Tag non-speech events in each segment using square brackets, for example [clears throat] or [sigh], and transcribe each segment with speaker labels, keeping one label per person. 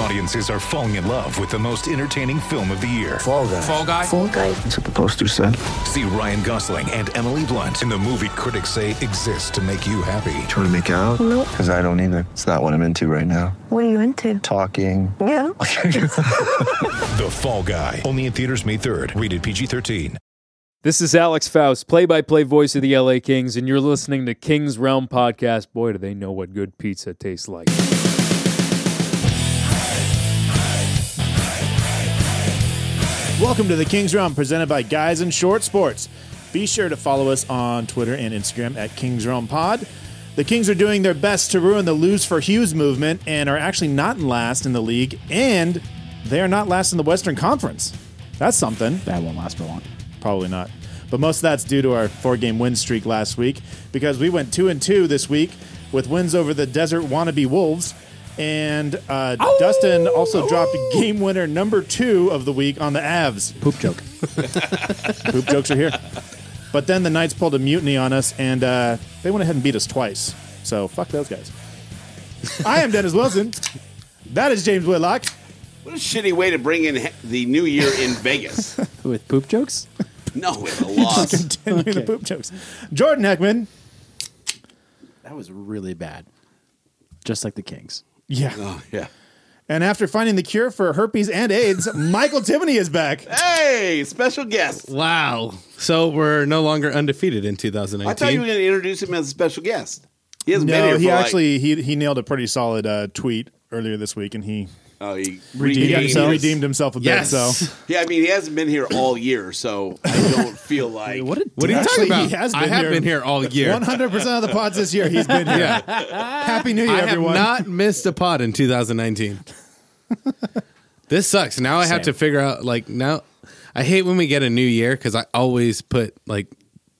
Speaker 1: Audiences are falling in love with the most entertaining film of the year.
Speaker 2: Fall guy.
Speaker 3: Fall guy.
Speaker 2: That's what the poster said.
Speaker 1: See Ryan Gosling and Emily Blunt in the movie critics say exists to make you happy.
Speaker 2: Trying to make it out?
Speaker 4: Nope.
Speaker 2: Because I don't either. It's not what I'm into right now.
Speaker 4: What are you into?
Speaker 2: Talking.
Speaker 4: Yeah.
Speaker 1: The Fall Guy. Only in theaters May 3rd. Rated PG-13.
Speaker 5: This is Alex Faust, play by play voice of the LA Kings, and you're listening to Kings Realm Podcast. Boy, do they know what good pizza tastes like.
Speaker 6: Welcome to the Kings Realm, presented by Guys in Short Sports. Be sure to follow us on Twitter and Instagram at Kings Realm Pod. The Kings are doing their best to ruin the lose for Hughes movement and are actually not last in the league, and they are not last in the Western Conference. That's something.
Speaker 7: That won't last for long.
Speaker 6: Probably not. But most of that's due to our four-game win streak last week because we went two and two this week with wins over the Desert Wannabe Wolves, and uh,
Speaker 8: Oh!
Speaker 6: Dustin also dropped game winner number two of the week on the Avs.
Speaker 7: Poop joke.
Speaker 6: [laughs] Poop jokes are here. But then the Knights pulled a mutiny on us, and uh, they went ahead and beat us twice. So fuck those guys. I am Dennis Wilson. That is James Whitlock.
Speaker 8: What a shitty way to bring in he- the new year
Speaker 3: [laughs]
Speaker 8: in Vegas.
Speaker 7: With [laughs] poop jokes?
Speaker 8: No, with a loss.
Speaker 6: Continuing the poop jokes. Jordan Heckman.
Speaker 7: That was really bad. Just like the Kings.
Speaker 6: Yeah.
Speaker 8: Oh, yeah.
Speaker 6: And after finding the cure for herpes
Speaker 7: [laughs]
Speaker 6: and AIDS, Michael Timoney is back.
Speaker 8: Hey, special guest.
Speaker 3: Wow. So we're no longer undefeated in 2019.
Speaker 8: I thought you were going to introduce him as a special guest. He hasn't been
Speaker 6: No,
Speaker 8: here
Speaker 6: he
Speaker 8: for like-
Speaker 6: actually he he nailed a pretty solid uh, tweet earlier this week, and he
Speaker 8: oh, he
Speaker 6: he
Speaker 8: redeemed
Speaker 6: actually
Speaker 8: himself.
Speaker 6: redeemed himself a
Speaker 3: yes.
Speaker 6: bit.
Speaker 8: [laughs]
Speaker 6: So
Speaker 3: So.
Speaker 8: Yeah, I mean, he hasn't been here all year, so I don't
Speaker 6: [laughs]
Speaker 8: feel like.
Speaker 7: What a
Speaker 3: What are you
Speaker 6: Actually,
Speaker 3: talking about?
Speaker 6: he has
Speaker 3: I
Speaker 6: been
Speaker 3: have
Speaker 6: here.
Speaker 3: been here all year.
Speaker 6: one hundred percent of the pods this year,
Speaker 8: [laughs]
Speaker 6: he's been here. Happy New Year,
Speaker 3: I have
Speaker 6: everyone!
Speaker 3: not [laughs] missed a pod in
Speaker 8: [laughs]
Speaker 3: 2019. this sucks. Now I have to
Speaker 7: Same.
Speaker 3: figure out like now. I hate when we get a new year because I always put like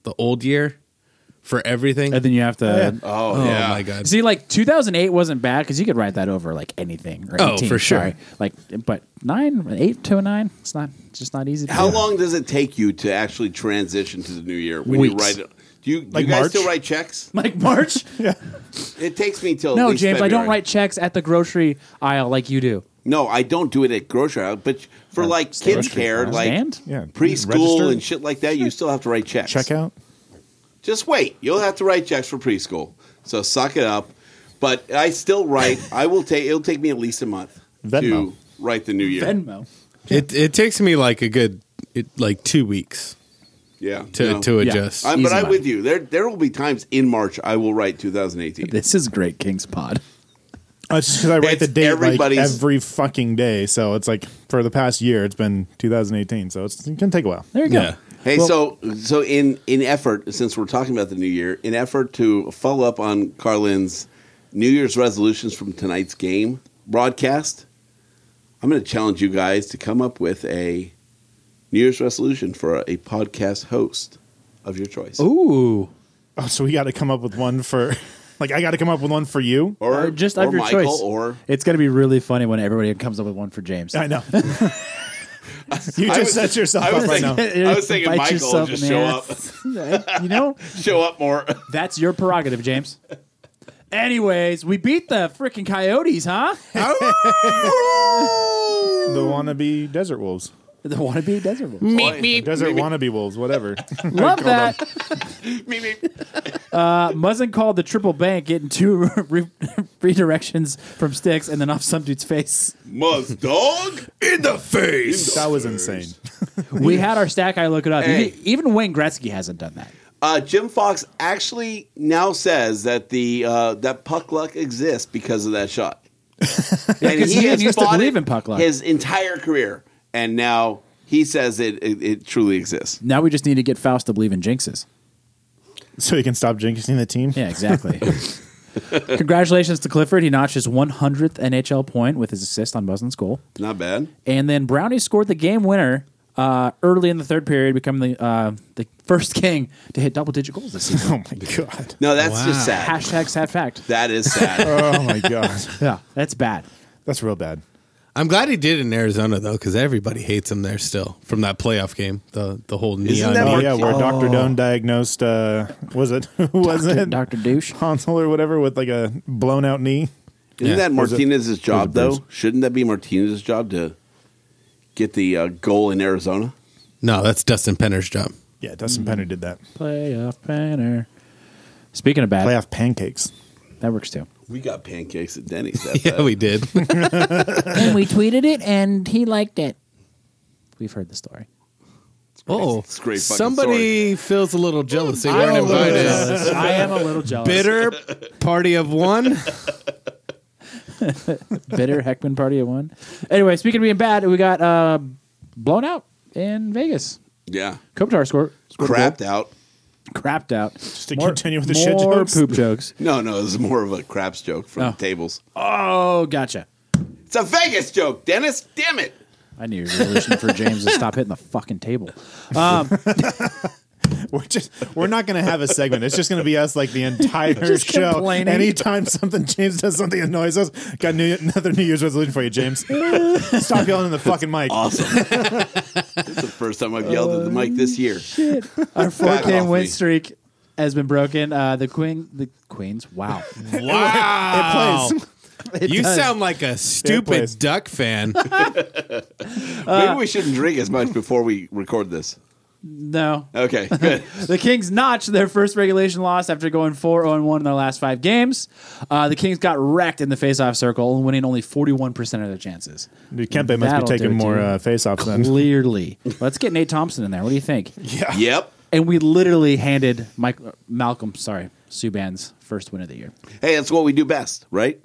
Speaker 3: the old year for everything.
Speaker 7: And then you have to.
Speaker 8: Oh,
Speaker 3: oh
Speaker 8: yeah.
Speaker 3: my god!
Speaker 7: See, like 2008 wasn't bad because you could write that over like anything. Or
Speaker 3: Oh,
Speaker 7: 18,
Speaker 3: for sure.
Speaker 7: sorry. Like, but nine, eight to a nine, it's not it's just not easy. to
Speaker 8: How
Speaker 7: do.
Speaker 8: long does it take you to actually transition to the new year when you
Speaker 7: Weeks.
Speaker 8: write it? Do you, do
Speaker 6: Like
Speaker 8: you guys
Speaker 6: March?
Speaker 8: still write checks?
Speaker 7: Like
Speaker 6: [laughs]
Speaker 7: March?
Speaker 8: It takes me till at
Speaker 7: No,
Speaker 8: least
Speaker 7: James, I don't
Speaker 8: February.
Speaker 7: write checks at the grocery aisle like you do.
Speaker 8: No, I don't do it at grocery aisle, but for like
Speaker 7: Grocery
Speaker 8: kids care,
Speaker 7: aisle.
Speaker 8: like
Speaker 7: Stand?
Speaker 6: Yeah. Register?
Speaker 8: preschool and shit like that, you still have to write checks.
Speaker 6: Check out.
Speaker 8: Just wait. You'll have to write checks for preschool. So suck it up. But I still write. I will take. It'll take me at least a month
Speaker 6: Venmo.
Speaker 8: to write the new year.
Speaker 7: Venmo.
Speaker 3: It it takes me like a good it, like two weeks
Speaker 8: yeah.
Speaker 3: to
Speaker 8: no.
Speaker 3: to
Speaker 7: Yeah.
Speaker 3: adjust.
Speaker 8: I, but
Speaker 7: Easy
Speaker 8: I'm
Speaker 7: money.
Speaker 8: with you. There, there will be times in March I will write 2018.
Speaker 7: This is great Kings pod.
Speaker 6: Uh, It's just because I write
Speaker 8: It's
Speaker 6: the date like
Speaker 8: everybody's-
Speaker 6: every fucking day, so it's like for the past year, it's been 2018, so it's, it can take a while.
Speaker 7: There you go.
Speaker 3: Yeah.
Speaker 8: Hey, so so in in effort, since we're talking about the new year, in effort to follow up on Carlin's New Year's resolutions from tonight's game broadcast, I'm going to challenge you guys to come up with a New Year's resolution for a, podcast host of your choice,
Speaker 3: Ooh.
Speaker 6: Oh, so we got to come up with one for, [laughs] like, I got to come up with one for you.
Speaker 8: or
Speaker 7: Or Uh, just
Speaker 8: or
Speaker 7: of your
Speaker 8: Michael,
Speaker 7: choice.
Speaker 8: or
Speaker 7: It's gonna be really funny when everybody comes up with one for
Speaker 8: [laughs]
Speaker 7: James.
Speaker 6: I know. you just
Speaker 8: was-
Speaker 6: set yourself
Speaker 8: I
Speaker 6: up
Speaker 8: was
Speaker 6: right
Speaker 8: thinking- [laughs]
Speaker 6: now.
Speaker 8: I was thinking
Speaker 7: Bite
Speaker 8: Michael
Speaker 7: yourself
Speaker 8: just
Speaker 7: in
Speaker 8: show
Speaker 7: the ass. you know,
Speaker 8: show up more.
Speaker 7: that's your prerogative, James. Anyways, we beat the freaking Coyotes, huh?
Speaker 6: The wannabe desert wolves,
Speaker 7: the wannabe desert wolves.
Speaker 6: desert wannabe
Speaker 8: [laughs]
Speaker 6: wolves, whatever.
Speaker 7: Love that.
Speaker 8: Me, me.
Speaker 7: Uh, Muzzin called the triple bank, getting two [laughs] re- redirections from sticks and then off some dude's face.
Speaker 8: Muzz dog in the face.
Speaker 6: that was insane.
Speaker 7: We had our stack. I look it up.
Speaker 8: Hey.
Speaker 7: Even, even Wayne Gretzky hasn't done that.
Speaker 8: Uh, Jim Fox actually now says that the uh, that puck luck exists because of that
Speaker 7: [laughs]
Speaker 8: shot. and
Speaker 7: 'cause he didn't used to
Speaker 8: fought
Speaker 7: believe
Speaker 8: it
Speaker 7: in puck luck.
Speaker 8: his entire career, and now
Speaker 7: He says it, it, it truly exists.
Speaker 8: Now we just need to get Faust to believe in jinxes.
Speaker 6: So he can stop jinxing the team?
Speaker 8: Yeah, exactly. [laughs] Congratulations to Clifford. He notched his 100th NHL point with his assist on Buslin's goal.
Speaker 7: Not bad.
Speaker 8: And then Brownie scored the game winner uh, early in the third period, becoming the uh, the first king to hit double digit goals this [laughs] season.
Speaker 6: [laughs] oh my god!
Speaker 7: No, that's just sad.
Speaker 8: Hashtag sad fact.
Speaker 7: That is sad.
Speaker 6: oh my god,
Speaker 8: Yeah, that's bad.
Speaker 6: that's real bad.
Speaker 3: I'm glad he did in Arizona though, because everybody hates him there still from that playoff game. The the whole neon.
Speaker 7: Isn't that
Speaker 6: Oh
Speaker 7: Mark-
Speaker 6: yeah, where Doctor Doan diagnosed uh, was it [laughs] who was it
Speaker 8: Doctor Douche.
Speaker 6: Hansel or whatever with like a blown out knee?
Speaker 7: Isn't that
Speaker 6: There's a-
Speaker 7: Martinez's job
Speaker 6: there's a
Speaker 7: though? Shouldn't that be Martinez's job to get the uh, goal in Arizona?
Speaker 3: no, that's Dustin Penner's job.
Speaker 6: Yeah, Dustin Penner did that.
Speaker 8: Playoff banner. Speaking of bad,
Speaker 6: Playoff pancakes.
Speaker 8: that works too.
Speaker 7: We got pancakes at Denny's.
Speaker 8: [laughs]
Speaker 7: That
Speaker 3: Yeah,
Speaker 7: bad.
Speaker 3: we did.
Speaker 8: and we tweeted it, and he liked it. We've heard the story.
Speaker 3: oh,
Speaker 7: It's a great fucking
Speaker 3: somebody feels a little jealous. They weren't
Speaker 9: I'm a little
Speaker 8: [laughs]
Speaker 3: invited.
Speaker 9: jealous. I am a little jealous.
Speaker 3: Bitter party of one.
Speaker 8: Bitter Heckman party at one. Anyway, speaking of being bad, we got uh, blown out in Vegas.
Speaker 7: yeah.
Speaker 8: Kopitar scored. scored a
Speaker 7: Crapped out.
Speaker 8: goal. Crapped out. Just
Speaker 6: to continue with the
Speaker 8: more
Speaker 6: shit jokes?
Speaker 8: poop jokes.
Speaker 7: Oh, No, no, it's more of a craps joke from the tables.
Speaker 8: Oh, gotcha.
Speaker 7: It's a Vegas joke, Dennis. Damn it.
Speaker 8: I need a resolution for James to stop hitting the fucking table.
Speaker 6: We're just we're not gonna have a segment. It's just gonna be us like the
Speaker 8: [laughs]
Speaker 6: entire
Speaker 8: Just
Speaker 6: show.
Speaker 8: complaining.
Speaker 6: Anytime something James does something that annoys us, got new, another New Year's resolution for
Speaker 8: [laughs]
Speaker 6: you, James. Stop yelling in the fucking mic. [laughs]
Speaker 7: Awesome. It's the first time I've yelled at the mic this year.
Speaker 8: Our four
Speaker 7: Back off
Speaker 8: game win
Speaker 7: me.
Speaker 8: streak has been broken. Uh, the queen, the queens. Wow.
Speaker 3: Wow.
Speaker 6: [laughs] It plays.
Speaker 3: you
Speaker 8: does.
Speaker 3: sound like a
Speaker 6: plays. Uh,
Speaker 3: stupid duck
Speaker 6: [laughs]
Speaker 3: fan.
Speaker 7: Maybe we shouldn't drink as much before we record this.
Speaker 8: no,
Speaker 3: [laughs]
Speaker 7: Okay, good.
Speaker 8: The Kings notched their first regulation loss after going 4 0 1 in their last five games. Uh, the Kings got wrecked in the faceoff circle, winning only 41% of their chances.
Speaker 6: Dude, Kempe must
Speaker 8: That'll do
Speaker 6: be taking
Speaker 8: it,
Speaker 6: more
Speaker 8: dude.
Speaker 6: uh, face-offs then.
Speaker 8: Clearly. Let's get Nate Thompson in there. What do you think?
Speaker 6: [laughs] Yeah.
Speaker 7: yep.
Speaker 8: And we literally handed Mike Malcolm, sorry, Subban's first win of the year.
Speaker 7: Hey, that's what we do best, right?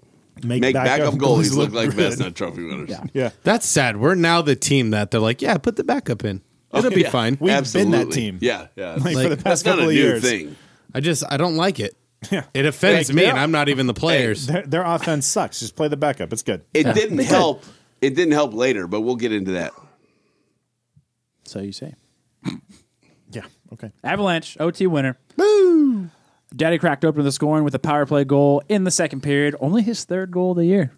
Speaker 6: Make,
Speaker 7: Make backup, goalies look,
Speaker 6: [laughs]
Speaker 7: like
Speaker 6: good.
Speaker 7: best, not trophy winners.
Speaker 8: Yeah.
Speaker 6: Yeah.
Speaker 3: That's sad. We're now the team that they're like, yeah, put the backup in. It'll be
Speaker 7: Oh, Yeah,
Speaker 3: fine.
Speaker 6: We've been that
Speaker 7: absolutely.
Speaker 6: team.
Speaker 7: Yeah, yeah.
Speaker 6: Like, for the
Speaker 7: that's
Speaker 6: past
Speaker 7: not a
Speaker 6: couple
Speaker 7: new
Speaker 6: of years.
Speaker 7: thing.
Speaker 3: I just I don't like it.
Speaker 6: Yeah.
Speaker 3: It offends
Speaker 6: Like,
Speaker 3: me,
Speaker 6: yeah.
Speaker 3: and I'm not even the players.
Speaker 6: Their, their offense sucks. Just play the backup. It's good.
Speaker 7: It didn't help. It didn't help later, but we'll get into that.
Speaker 8: So you say.
Speaker 6: Yeah. Okay.
Speaker 8: Avalanche, OT winner. Boo! Daddy cracked open the scoring with a power play goal in the second period, only his third goal of the year.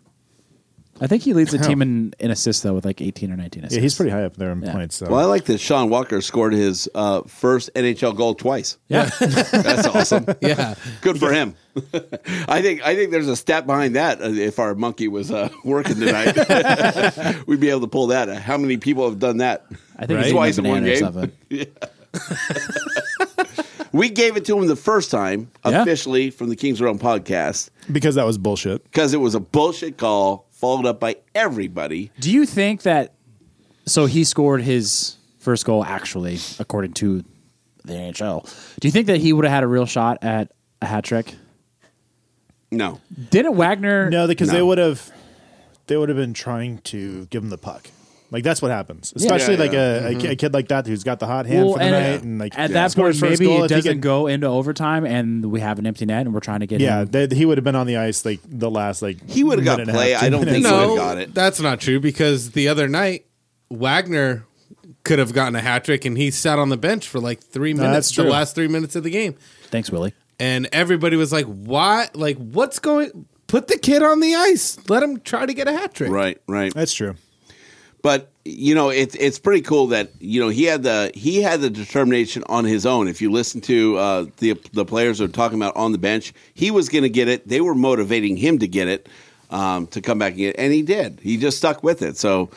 Speaker 8: I think he leads the team in, in assists, though, with like 18 or 19 assists.
Speaker 6: Yeah, he's pretty high up there in points. So.
Speaker 7: Well, I like that Sean Walker scored his uh, first NHL goal twice.
Speaker 6: [laughs]
Speaker 7: Yeah,
Speaker 8: [laughs]
Speaker 7: that's awesome.
Speaker 3: Yeah,
Speaker 7: Good for him. [laughs] I think I think there's a stat behind that. Uh, If our monkey was uh, [laughs] working tonight, we'd be able to pull that. Uh, How many people have done that?
Speaker 8: I think
Speaker 3: Right?
Speaker 8: he's
Speaker 7: Twice
Speaker 8: twice
Speaker 7: in one game. We gave it to him the first time
Speaker 8: Yeah.
Speaker 7: officially from the Kings Realm podcast
Speaker 6: because that was bullshit.
Speaker 7: because it was a bullshit call followed up by everybody.
Speaker 8: Do you think that? So he scored his first goal, actually, according to the NHL. Do you think that he would have had a real shot at a hat trick?
Speaker 7: No,
Speaker 8: Didn't Wagner?
Speaker 6: No, because they
Speaker 7: No.
Speaker 6: would have, they would have been trying to give him the puck. Like that's what happens, especially
Speaker 7: Yeah,
Speaker 6: like A, a ki- a kid like that who's got the hot hand
Speaker 8: Well,
Speaker 6: for the
Speaker 8: and
Speaker 6: night, and like
Speaker 8: at
Speaker 6: yeah.
Speaker 8: that
Speaker 6: scores
Speaker 8: point,
Speaker 6: first
Speaker 8: maybe
Speaker 6: goal,
Speaker 8: it
Speaker 6: if he
Speaker 8: doesn't
Speaker 6: could-
Speaker 8: go into overtime, and we have an empty net, and we're trying to get
Speaker 6: Yeah,
Speaker 8: him.
Speaker 6: they, he would have been on the ice like the last like
Speaker 7: He would have got
Speaker 6: minute and a
Speaker 7: play.
Speaker 6: half, two
Speaker 7: I don't
Speaker 6: minutes.
Speaker 7: think he would've
Speaker 3: no,
Speaker 7: got it.
Speaker 3: that's not true because the other night Wagner could have gotten a hat trick, and he sat on the bench for like three
Speaker 6: No,
Speaker 3: minutes,
Speaker 6: that's
Speaker 3: the
Speaker 6: true.
Speaker 3: last three minutes of the game,
Speaker 8: Thanks, Willie.
Speaker 3: and everybody was like, "Why? Like, what's going? Put the kid on the ice. Let him try to get a hat trick."
Speaker 7: right, right.
Speaker 6: That's true.
Speaker 7: but you know it's it's pretty cool that you know he had the he had the determination on his own. If you listen to uh, the the players are talking about on the bench, he was going to get it. They were motivating him to get it um, to come back and get it, and he did. He just stuck with it. So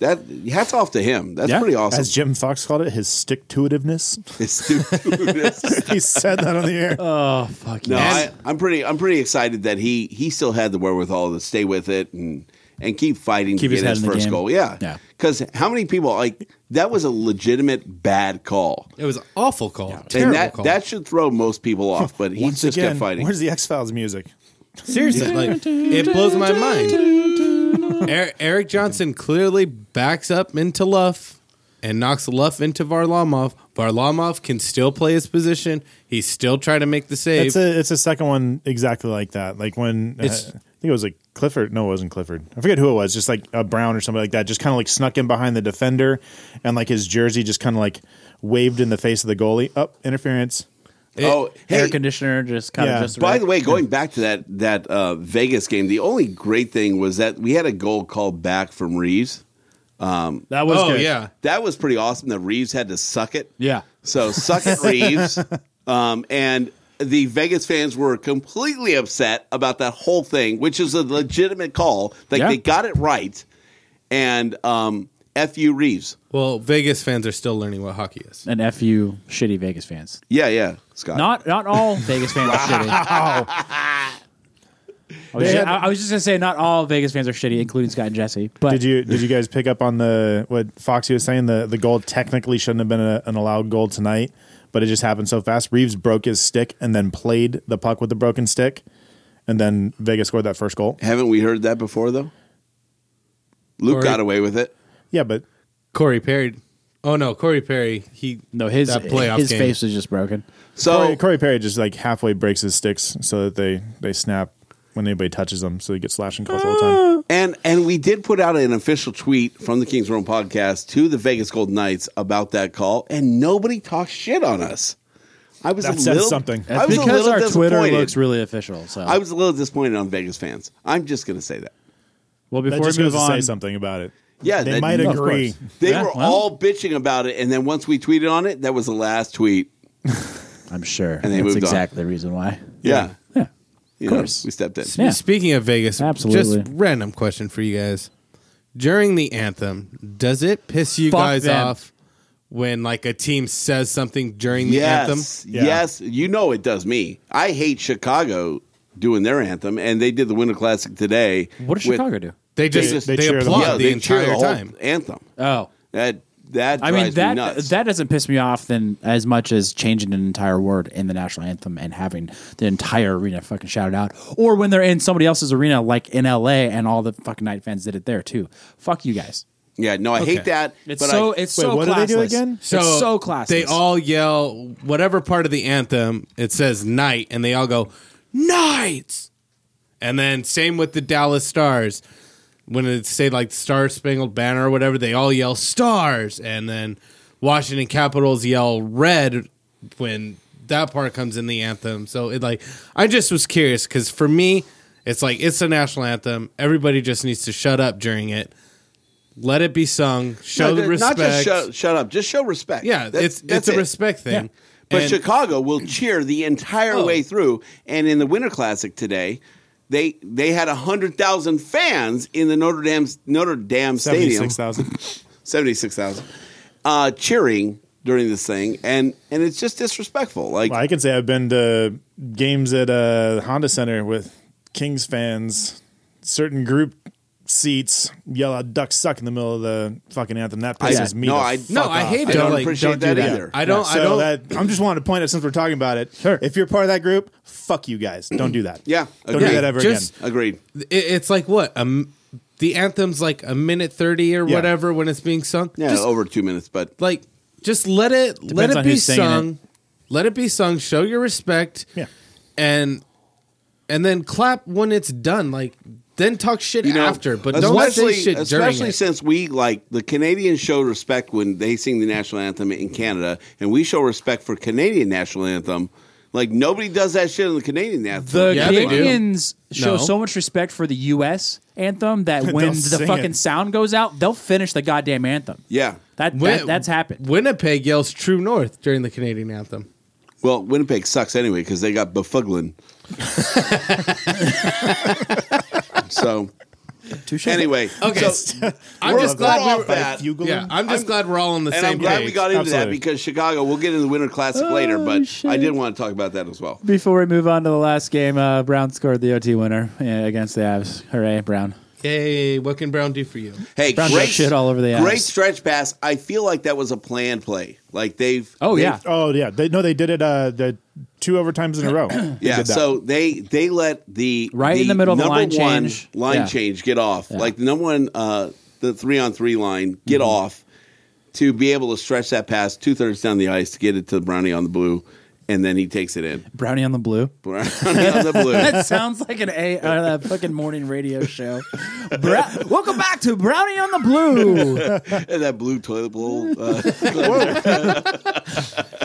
Speaker 7: that hats off to him. That's
Speaker 6: Yeah,
Speaker 7: pretty awesome.
Speaker 6: As Jim Fox called it, his stick to itiveness.
Speaker 7: It's
Speaker 8: [laughs]
Speaker 7: stupid.
Speaker 6: he said that on the air.
Speaker 7: no, I, I'm pretty I'm pretty excited that he he still had the wherewithal to stay with it and. And keep fighting
Speaker 8: Keep
Speaker 7: to
Speaker 8: his
Speaker 7: get
Speaker 8: head
Speaker 7: his
Speaker 8: in the
Speaker 7: first
Speaker 8: game.
Speaker 7: goal. Yeah.
Speaker 8: Yeah.
Speaker 7: Because how many people, like, that was a legitimate bad call.
Speaker 3: It was an awful call.
Speaker 7: and
Speaker 3: Terrible
Speaker 7: that
Speaker 3: call.
Speaker 7: that should throw most people off, but he
Speaker 6: Once
Speaker 7: just
Speaker 6: again,
Speaker 7: kept fighting.
Speaker 6: where's the X Files music?
Speaker 3: Seriously, like it blows my
Speaker 7: [laughs]
Speaker 3: mind. Er- Eric Johnson clearly backs up into Luff, and knocks Luff into Varlamov. Varlamov can still play his position. He's still trying to make the save.
Speaker 6: It's a it's a second one exactly like that. Like when uh,
Speaker 3: It's-
Speaker 6: I think it was like Clifford. No, it wasn't Clifford. I forget who it was. Just like a Brown or somebody like that. Just kind of like snuck in behind the defender, and like his jersey just kind of like waved in the face of the goalie. Up interference.
Speaker 7: oh, hey,
Speaker 8: air conditioner just kind of just.
Speaker 7: By the way, going back to that that uh, Vegas game, the only great thing was that we had a goal called back from Reeves. Um,
Speaker 6: that was Oh, good. yeah.
Speaker 7: that was pretty awesome. That Reeves had to suck it.
Speaker 6: Yeah.
Speaker 7: So suck
Speaker 8: [laughs]
Speaker 7: it, Reeves. Um, and the Vegas fans were completely upset about that whole thing, which is a legitimate call. Like
Speaker 3: Yeah.
Speaker 7: they got it right. And um, fu Reeves.
Speaker 3: well, Vegas fans are still learning what hockey is.
Speaker 8: And f you, shitty Vegas fans.
Speaker 7: Yeah, yeah, Scott.
Speaker 8: Not not
Speaker 7: [laughs]
Speaker 8: all Vegas fans are shitty. I was,
Speaker 6: They
Speaker 8: just,
Speaker 6: had-
Speaker 8: I, I was just gonna say not all Vegas fans are shitty, including Scott and Jesse. But
Speaker 6: did you did you guys pick up on the what Foxy was saying? The the goal technically shouldn't have been a, an allowed goal tonight, but it just happened so fast. Reeves broke his stick and then played the puck with the broken stick, and then Vegas scored that first goal.
Speaker 7: Haven't we heard that before though? Luke
Speaker 3: Corey-
Speaker 7: got away with it.
Speaker 6: Yeah, but
Speaker 3: Corey Perry. Oh no, Corey Perry. He
Speaker 8: no his
Speaker 3: that playoff
Speaker 8: his
Speaker 3: game.
Speaker 8: face was just broken.
Speaker 7: So
Speaker 6: Corey, Corey Perry just like halfway breaks his sticks so that they they snap when anybody touches them, so they get slashing calls all the time.
Speaker 7: And and we did put out an official tweet from the Kings Room podcast to the Vegas Golden Knights about that call, and nobody talked shit on us. I was
Speaker 6: That
Speaker 7: a
Speaker 6: says
Speaker 7: little,
Speaker 6: something.
Speaker 7: I was a
Speaker 8: because
Speaker 7: little
Speaker 8: our Twitter
Speaker 7: disappointed.
Speaker 8: looks really official. So
Speaker 7: I was a little disappointed on Vegas fans. I'm just going to say that.
Speaker 8: well
Speaker 6: That
Speaker 8: before
Speaker 6: just
Speaker 8: we
Speaker 6: goes
Speaker 8: move
Speaker 6: to say
Speaker 8: on,
Speaker 6: something about it.
Speaker 7: Yeah,
Speaker 6: they
Speaker 7: that-
Speaker 6: might
Speaker 7: Of
Speaker 6: agree.
Speaker 7: They
Speaker 8: Yeah,
Speaker 7: were
Speaker 8: well.
Speaker 7: all bitching about it, and then once we tweeted on it, that was the last tweet.
Speaker 8: I'm sure,
Speaker 7: And they
Speaker 8: that's
Speaker 7: moved on.
Speaker 8: exactly the reason why.
Speaker 7: Yeah,
Speaker 8: Yeah.
Speaker 7: You
Speaker 8: Of
Speaker 7: know,
Speaker 8: course.
Speaker 7: we stepped in.
Speaker 3: Sp- Speaking of Vegas,
Speaker 8: Absolutely.
Speaker 3: Just random question for you guys: During the anthem, does it piss you
Speaker 8: Fuck
Speaker 3: guys
Speaker 8: them.
Speaker 3: off when like a team says something during the
Speaker 7: Yes,
Speaker 3: anthem?
Speaker 7: yes, you know it does me. I hate Chicago doing their anthem, and they did the Winter Classic today.
Speaker 8: What does
Speaker 7: with-
Speaker 8: Chicago do?
Speaker 3: They just
Speaker 6: they
Speaker 3: they,
Speaker 6: cheer the
Speaker 3: applaud
Speaker 7: Yeah,
Speaker 3: the
Speaker 7: they cheer
Speaker 3: entire
Speaker 7: the whole
Speaker 3: time.
Speaker 7: anthem.
Speaker 8: Oh,
Speaker 7: That that
Speaker 8: I mean
Speaker 7: drives
Speaker 8: that
Speaker 7: me nuts.
Speaker 8: that doesn't piss me off then as much as changing an entire word in the national anthem and having the entire arena fucking shout it out, or when they're in somebody else's arena like in L.A. and all the fucking night fans did it there too. Fuck you guys.
Speaker 7: yeah, no, I hate
Speaker 3: Okay.
Speaker 7: that.
Speaker 8: It's
Speaker 7: but
Speaker 8: so
Speaker 7: I,
Speaker 8: it's
Speaker 6: Wait,
Speaker 8: so
Speaker 6: what do
Speaker 8: classless.
Speaker 6: they do again?
Speaker 3: So
Speaker 8: it's so classless.
Speaker 3: They all yell whatever part of the anthem it says night, and they all go nights. And then same with the Dallas Stars. When it say like Star Spangled Banner or whatever, they all yell stars, and then Washington Capitals yell red when that part comes in the anthem. So it like I just was curious because for me, it's like it's a national anthem. Everybody just needs to shut up during it. Let it be sung. Show
Speaker 7: no,
Speaker 3: the
Speaker 7: not
Speaker 3: respect.
Speaker 7: just shut, shut up, just show respect.
Speaker 3: Yeah,
Speaker 7: That's-
Speaker 3: it's it's
Speaker 7: that's
Speaker 3: a
Speaker 7: it.
Speaker 3: respect thing.
Speaker 7: But
Speaker 3: And- Oh.
Speaker 7: Chicago will cheer the entire way through, and in the Winter Classic today, they they had hundred thousand fans in the Notre Dame's Notre Dame
Speaker 6: Seventy
Speaker 7: Stadium,
Speaker 6: six thousand.
Speaker 7: seventy six thousand, uh, cheering during this thing, and and it's just disrespectful. Like
Speaker 6: Well, I can say I've been to games at uh, Honda Center with Kings fans, certain group seats yell out "Duck suck" in the middle of the fucking anthem. That
Speaker 7: I-
Speaker 6: pisses me.
Speaker 7: no,
Speaker 6: the
Speaker 7: I-
Speaker 6: fuck
Speaker 3: no, I
Speaker 6: off.
Speaker 3: hate
Speaker 7: I
Speaker 3: it.
Speaker 7: don't
Speaker 3: Like,
Speaker 7: appreciate
Speaker 3: don't do
Speaker 7: that,
Speaker 3: that.
Speaker 7: either.
Speaker 3: I don't. I
Speaker 6: So
Speaker 3: don't.
Speaker 6: that, I'm just wanting to point out since we're talking about it. Sure. If you're part of that group, fuck you guys. Don't do that.
Speaker 7: Yeah,
Speaker 6: Don't
Speaker 7: agree.
Speaker 6: do that ever
Speaker 3: Just-
Speaker 6: again.
Speaker 7: agreed.
Speaker 3: it, it's like what um, the anthem's like a minute thirty or
Speaker 6: Yeah.
Speaker 3: whatever when it's being sung.
Speaker 7: Yeah,
Speaker 3: Just,
Speaker 7: over two minutes, but
Speaker 3: like just let it let
Speaker 8: Depends
Speaker 3: it
Speaker 8: on
Speaker 3: be
Speaker 8: who's singing
Speaker 3: sung. Let it be sung. Show your respect.
Speaker 6: Yeah.
Speaker 3: and and then clap when it's done. Like then talk shit after, but don't say
Speaker 7: especially,
Speaker 3: shit during
Speaker 7: especially
Speaker 3: it.
Speaker 7: since we like the Canadians show respect when they sing the national anthem in Canada, and we show respect for Canadian national anthem. Like nobody does that shit in the Canadian anthem.
Speaker 8: The
Speaker 3: Yeah, they do.
Speaker 8: Canadians show
Speaker 3: No.
Speaker 8: so much respect for the U.S.
Speaker 3: [laughs]
Speaker 8: anthem that when the
Speaker 6: sing
Speaker 8: fucking
Speaker 6: it.
Speaker 8: sound goes out, they'll finish the goddamn anthem.
Speaker 7: yeah.
Speaker 8: That,
Speaker 3: Win-
Speaker 8: that that's happened.
Speaker 3: Winnipeg yells "True North" during the Canadian anthem.
Speaker 7: Well, Winnipeg sucks anyway because they got befuglin. [laughs] so anyway,
Speaker 3: Okay.
Speaker 7: so-
Speaker 3: I'm
Speaker 7: we're-
Speaker 3: just
Speaker 7: we're
Speaker 3: glad we
Speaker 7: off
Speaker 3: were-
Speaker 7: that.
Speaker 6: Fugle-
Speaker 3: Yeah, I'm just
Speaker 7: I'm-
Speaker 3: glad we're all on the
Speaker 7: And
Speaker 3: same
Speaker 7: I'm glad
Speaker 3: page.
Speaker 7: we got into that
Speaker 6: Absolutely.
Speaker 7: because Chicago. We'll get into the Winter Classic later, but I did want to talk about that as well.
Speaker 8: Oh, Before we move on to the last game, uh, Brown scored the OT winner uh, against the Avs. Hooray, Brown!
Speaker 3: Hey, what can Brown do for you?
Speaker 7: Hey,
Speaker 8: Brown
Speaker 7: great
Speaker 8: got shit all over the
Speaker 7: great
Speaker 8: Avs.
Speaker 7: stretch pass. I feel like that was a planned play. Like they've
Speaker 8: Oh
Speaker 7: they've-
Speaker 8: yeah,
Speaker 6: Oh yeah. They no, they did it. Uh, the two overtimes in a row.
Speaker 7: [clears throat]
Speaker 6: They
Speaker 7: Yeah,
Speaker 6: did that.
Speaker 7: so they they let the
Speaker 8: Right in the middle of the
Speaker 7: number
Speaker 8: line
Speaker 7: one
Speaker 8: change.
Speaker 7: line
Speaker 8: Yeah. Mm-hmm.
Speaker 7: change get off like the number one uh, the three on three line get off to be able to stretch that pass two thirds down the ice to get it to Brownie on the blue, and then he takes it in.
Speaker 8: Brownie on the blue.
Speaker 7: Brownie on the
Speaker 8: [laughs]
Speaker 7: blue.
Speaker 8: that sounds like an a uh, a fucking morning radio show. Bra- Welcome back to Brownie on the [laughs] Blue.
Speaker 7: and that blue toilet bowl. Uh,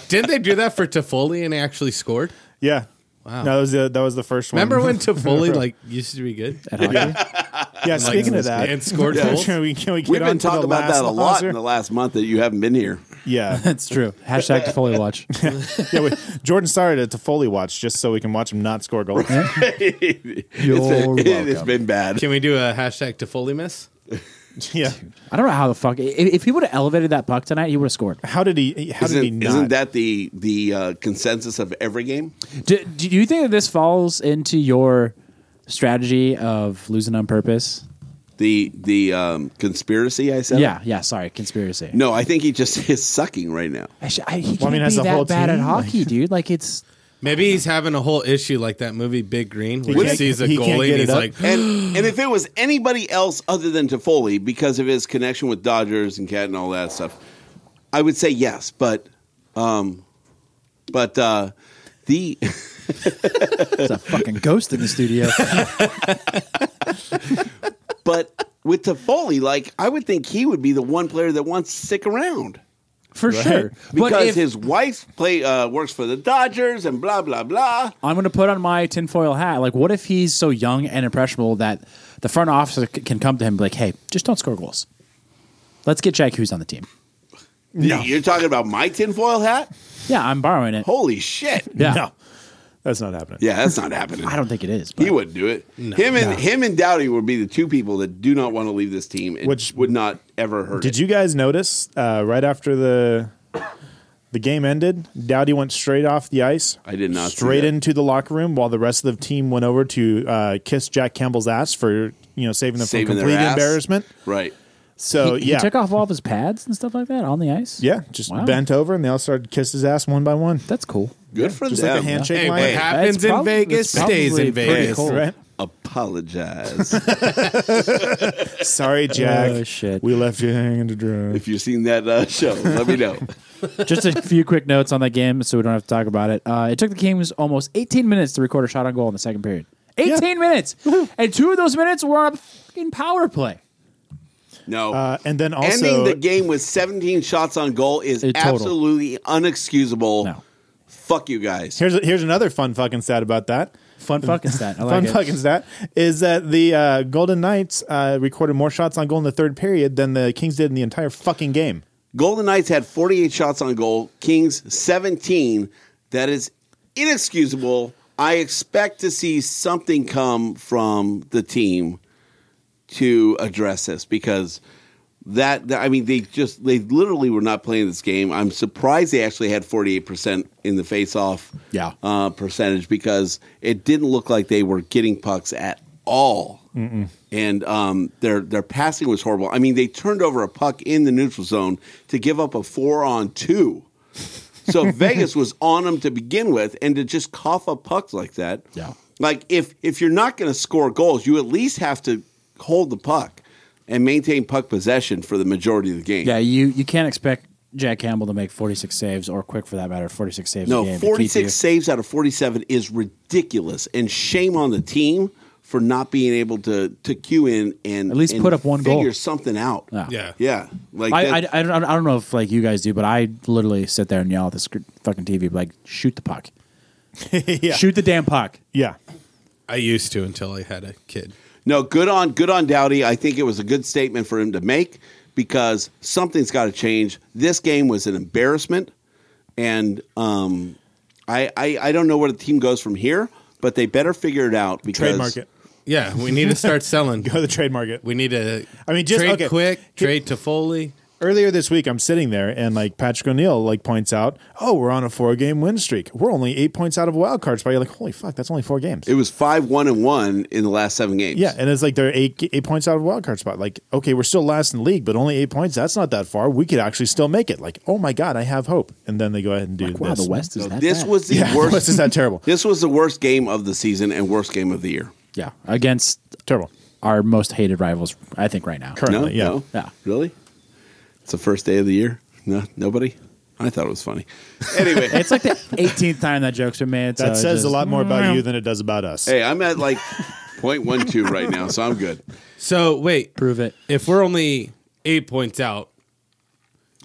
Speaker 3: Didn't they do that for Toffoli and he actually scored?
Speaker 6: Yeah.
Speaker 3: Wow.
Speaker 6: No, that was the that was the first one.
Speaker 3: Remember
Speaker 6: [laughs]
Speaker 3: when Toffoli like used to be good?
Speaker 8: [laughs]
Speaker 6: Yeah. Yeah,
Speaker 3: Like,
Speaker 6: speaking of that,
Speaker 3: and scored
Speaker 7: Yeah.
Speaker 3: goals.
Speaker 6: [laughs] can we, can we get
Speaker 7: We've been
Speaker 6: on to
Speaker 7: talking
Speaker 6: the
Speaker 7: about
Speaker 6: last
Speaker 7: that a lot
Speaker 6: loser?
Speaker 7: in the last month that you haven't been here.
Speaker 6: Yeah,
Speaker 8: That's true. Hashtag Foley Watch.
Speaker 6: yeah. Wait, Jordan started to, to Foley watch just so we can watch him not score goals. Oh,
Speaker 7: You're [laughs] it has been bad.
Speaker 3: Can we do a hashtag Toffoli miss?
Speaker 6: yeah.
Speaker 8: I don't know how the fuck. If, if he would have elevated that puck tonight, he would have scored.
Speaker 6: How did he? How did he
Speaker 7: Isn't,
Speaker 6: not?
Speaker 7: isn't that the the uh, consensus of every game?
Speaker 8: Do, do you think that this falls into your strategy of losing on purpose?
Speaker 7: The the um, conspiracy I said.
Speaker 8: Yeah, yeah. Sorry, conspiracy.
Speaker 7: No, I think he just [laughs] is sucking right now.
Speaker 8: I sh- I, he
Speaker 6: Well, I
Speaker 8: can't
Speaker 6: mean, as
Speaker 8: be
Speaker 6: a whole
Speaker 8: that bad at
Speaker 6: team, like-
Speaker 8: hockey, dude. Like it's
Speaker 3: Maybe he's having a whole issue like that movie Big Green, where he,
Speaker 6: can't-
Speaker 3: sees a
Speaker 6: he can't
Speaker 3: goalie and
Speaker 6: get it
Speaker 3: he's
Speaker 6: up.
Speaker 3: like,
Speaker 8: [gasps]
Speaker 7: And and if it was anybody else other than Toffoli, because of his connection with Dodgers and Cat and all that stuff, I would say yes. But um, but uh, the
Speaker 8: there's a fucking ghost in the studio.
Speaker 7: but with Toffoli, like I would think he would be the one player that wants to stick around.
Speaker 8: [laughs] For sure.
Speaker 7: because
Speaker 8: if-
Speaker 7: his wife play uh, works for the Dodgers and blah blah blah.
Speaker 8: I'm going to put on my tinfoil hat. Like, what if he's so young and impressionable that the front office c- can come to him and be like, hey, just don't score goals. Let's get Jack Hughes on the team.
Speaker 7: You're talking about my tinfoil hat?
Speaker 8: Yeah, I'm borrowing it.
Speaker 7: Holy shit!
Speaker 8: Yeah.
Speaker 6: No, that's not happening.
Speaker 7: Yeah, that's not happening.
Speaker 8: I don't think it is. But
Speaker 7: He wouldn't do it. him and him and Dowdy would be the two people that do not want to leave this team, and
Speaker 6: Which-
Speaker 7: which would not ever hurt.
Speaker 6: Did you guys notice uh, right after the the game ended, Dowdy went straight off the ice.
Speaker 7: I did not see
Speaker 6: straight
Speaker 7: that.
Speaker 6: into the locker room while the rest of the team went over to uh, kiss Jack Campbell's ass for you know saving them
Speaker 7: Saving
Speaker 6: from
Speaker 7: their
Speaker 6: complete
Speaker 7: ass.
Speaker 6: embarrassment.
Speaker 7: Right.
Speaker 6: So
Speaker 8: he,
Speaker 6: yeah,
Speaker 8: he took off all of his pads and stuff like that on the ice.
Speaker 6: yeah, just
Speaker 8: Wow.
Speaker 6: bent over and they all started to kiss his ass one by one.
Speaker 8: That's cool.
Speaker 7: Good for
Speaker 6: Just
Speaker 7: them.
Speaker 6: like a handshake
Speaker 3: "Hey, what
Speaker 6: line.
Speaker 3: happens
Speaker 8: That's
Speaker 3: in
Speaker 8: prob-
Speaker 3: Vegas
Speaker 8: that's
Speaker 3: stays
Speaker 8: probably
Speaker 3: in
Speaker 8: pretty
Speaker 3: Vegas."
Speaker 8: cool.
Speaker 6: Right?
Speaker 7: Apologize
Speaker 6: Sorry, Jack.
Speaker 8: Oh, shit.
Speaker 6: We left you hanging to dry.
Speaker 7: if you've seen that uh, show. Let me
Speaker 6: [laughs]
Speaker 7: know.
Speaker 8: [laughs] Just a few quick notes on that game so we don't have to talk about it. Uh, it took the Kings almost 18 minutes to record a shot on goal in the second period. 18 minutes. And two of those minutes were on a fucking power play.
Speaker 7: No.
Speaker 6: Uh, and then also
Speaker 7: Ending the game with 17 shots on goal is
Speaker 8: A Uh, total.
Speaker 7: absolutely unexcusable.
Speaker 8: No.
Speaker 7: Fuck you guys.
Speaker 6: Here's here's another fun fucking stat about that.
Speaker 8: Fun fucking stat. I like
Speaker 6: fun
Speaker 8: it.
Speaker 6: fucking stat is that the uh, Golden Knights uh, recorded more shots on goal in the third period than the Kings did in the entire fucking game.
Speaker 7: Golden Knights had 48 shots on goal, Kings 17. That is inexcusable. I expect to see something come from the team to address this because that, that- I mean they just they literally were not playing this game. I'm surprised they actually had 48% in the face-off
Speaker 8: Yeah.
Speaker 7: uh, percentage because it didn't look like they were getting pucks at all. And um, their their passing was horrible. I mean, they turned over a puck in the neutral zone to give up a four on two. So Vegas was on them to begin with, and to just cough up pucks like that.
Speaker 8: Yeah.
Speaker 7: Like if if you're not going to score goals, you at least have to hold the puck and maintain puck possession for the majority of the game.
Speaker 8: Yeah, you you can't expect Jack Campbell to make 46 saves or Quick for that matter, 46 saves. a
Speaker 7: No,
Speaker 8: game to keep
Speaker 7: 46
Speaker 8: you-
Speaker 7: saves out of 47 is ridiculous, and shame on the team for not being able to to cue in and
Speaker 8: At least
Speaker 7: and
Speaker 8: put up one goal.
Speaker 7: figure something out.
Speaker 8: Yeah.
Speaker 3: Yeah.
Speaker 7: yeah, like
Speaker 8: I, I,
Speaker 7: that-
Speaker 8: I, don't, I don't know if like you guys do, but I literally sit there and yell at this fucking TV, like shoot the puck,
Speaker 6: yeah,
Speaker 8: shoot the damn puck.
Speaker 6: yeah.
Speaker 3: I used to until I had a kid.
Speaker 7: no good on good on Dowdy. I think it was a good statement for him to make because something's got to change. This game was an embarrassment, and um, I, I I don't know where the team goes from here, but they better figure it out because
Speaker 6: Trademark it.
Speaker 3: Yeah, we need to start selling.
Speaker 6: [laughs] Go to the trademark it.
Speaker 3: We need to.
Speaker 6: I mean, just-
Speaker 3: trade
Speaker 6: okay.
Speaker 3: quick,
Speaker 6: Here-
Speaker 3: trade Toffoli.
Speaker 6: Earlier this week, I'm sitting there and like Patrick O'Neill like points out, oh, we're on a four game win streak. We're only eight points out of a wild card spot. You're like, holy fuck, that's only four games.
Speaker 7: It was five one and one in the last seven games.
Speaker 6: yeah, and it's like they're eight eight points out of a wild card spot. Like, okay, we're still last in the league, but only eight points. That's not that far. We could actually still make it. Like, oh my god, I have hope. And then they go ahead and do
Speaker 8: Wow,
Speaker 6: this.
Speaker 8: the West is that
Speaker 7: this
Speaker 8: bad.
Speaker 7: was the
Speaker 6: [laughs] yeah,
Speaker 7: worst.
Speaker 6: this is that terrible.
Speaker 8: [laughs]
Speaker 7: This was the worst game of the season and worst game of the year.
Speaker 8: yeah against
Speaker 6: terrible.
Speaker 8: our most hated rivals, I think right now.
Speaker 6: Currently, yeah.
Speaker 7: Really? It's the first day of the year. No, nobody. I thought it was funny.
Speaker 8: Anyway, it's like the 18th time that joke's been made.
Speaker 7: That
Speaker 8: so
Speaker 7: says
Speaker 8: just-
Speaker 7: a lot more about you than
Speaker 6: it does about us.
Speaker 7: Hey, I'm at like 0.12 right now, so I'm good.
Speaker 3: So wait,
Speaker 8: prove it.
Speaker 3: If we're only eight points out,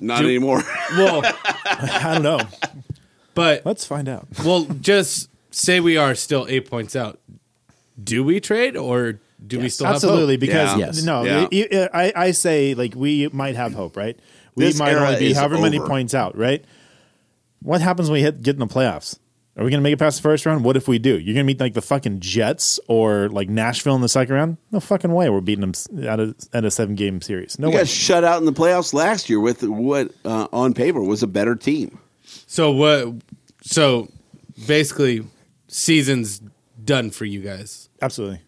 Speaker 7: Not anymore.
Speaker 3: well,
Speaker 6: I don't know,
Speaker 3: but
Speaker 6: let's find out.
Speaker 3: Well, just say we are still eight points out. Do we trade or do we still
Speaker 6: absolutely
Speaker 3: have hope?
Speaker 6: because no, it- it- I, I say like we might have hope, right? We
Speaker 3: This
Speaker 6: might
Speaker 3: era
Speaker 6: only be
Speaker 3: is
Speaker 6: however many
Speaker 3: over.
Speaker 6: points out, right? What happens when we hit get in the playoffs? Are we going to make it past the first round? What if we do? You're going to meet like the fucking Jets or like Nashville in the second round? No fucking way. We're beating them s- out of at a seven game series. No
Speaker 7: we
Speaker 6: way.
Speaker 7: got shut out in the playoffs last year with what uh, on paper was a better team.
Speaker 3: So what? So basically, season's done for you guys.
Speaker 6: Absolutely.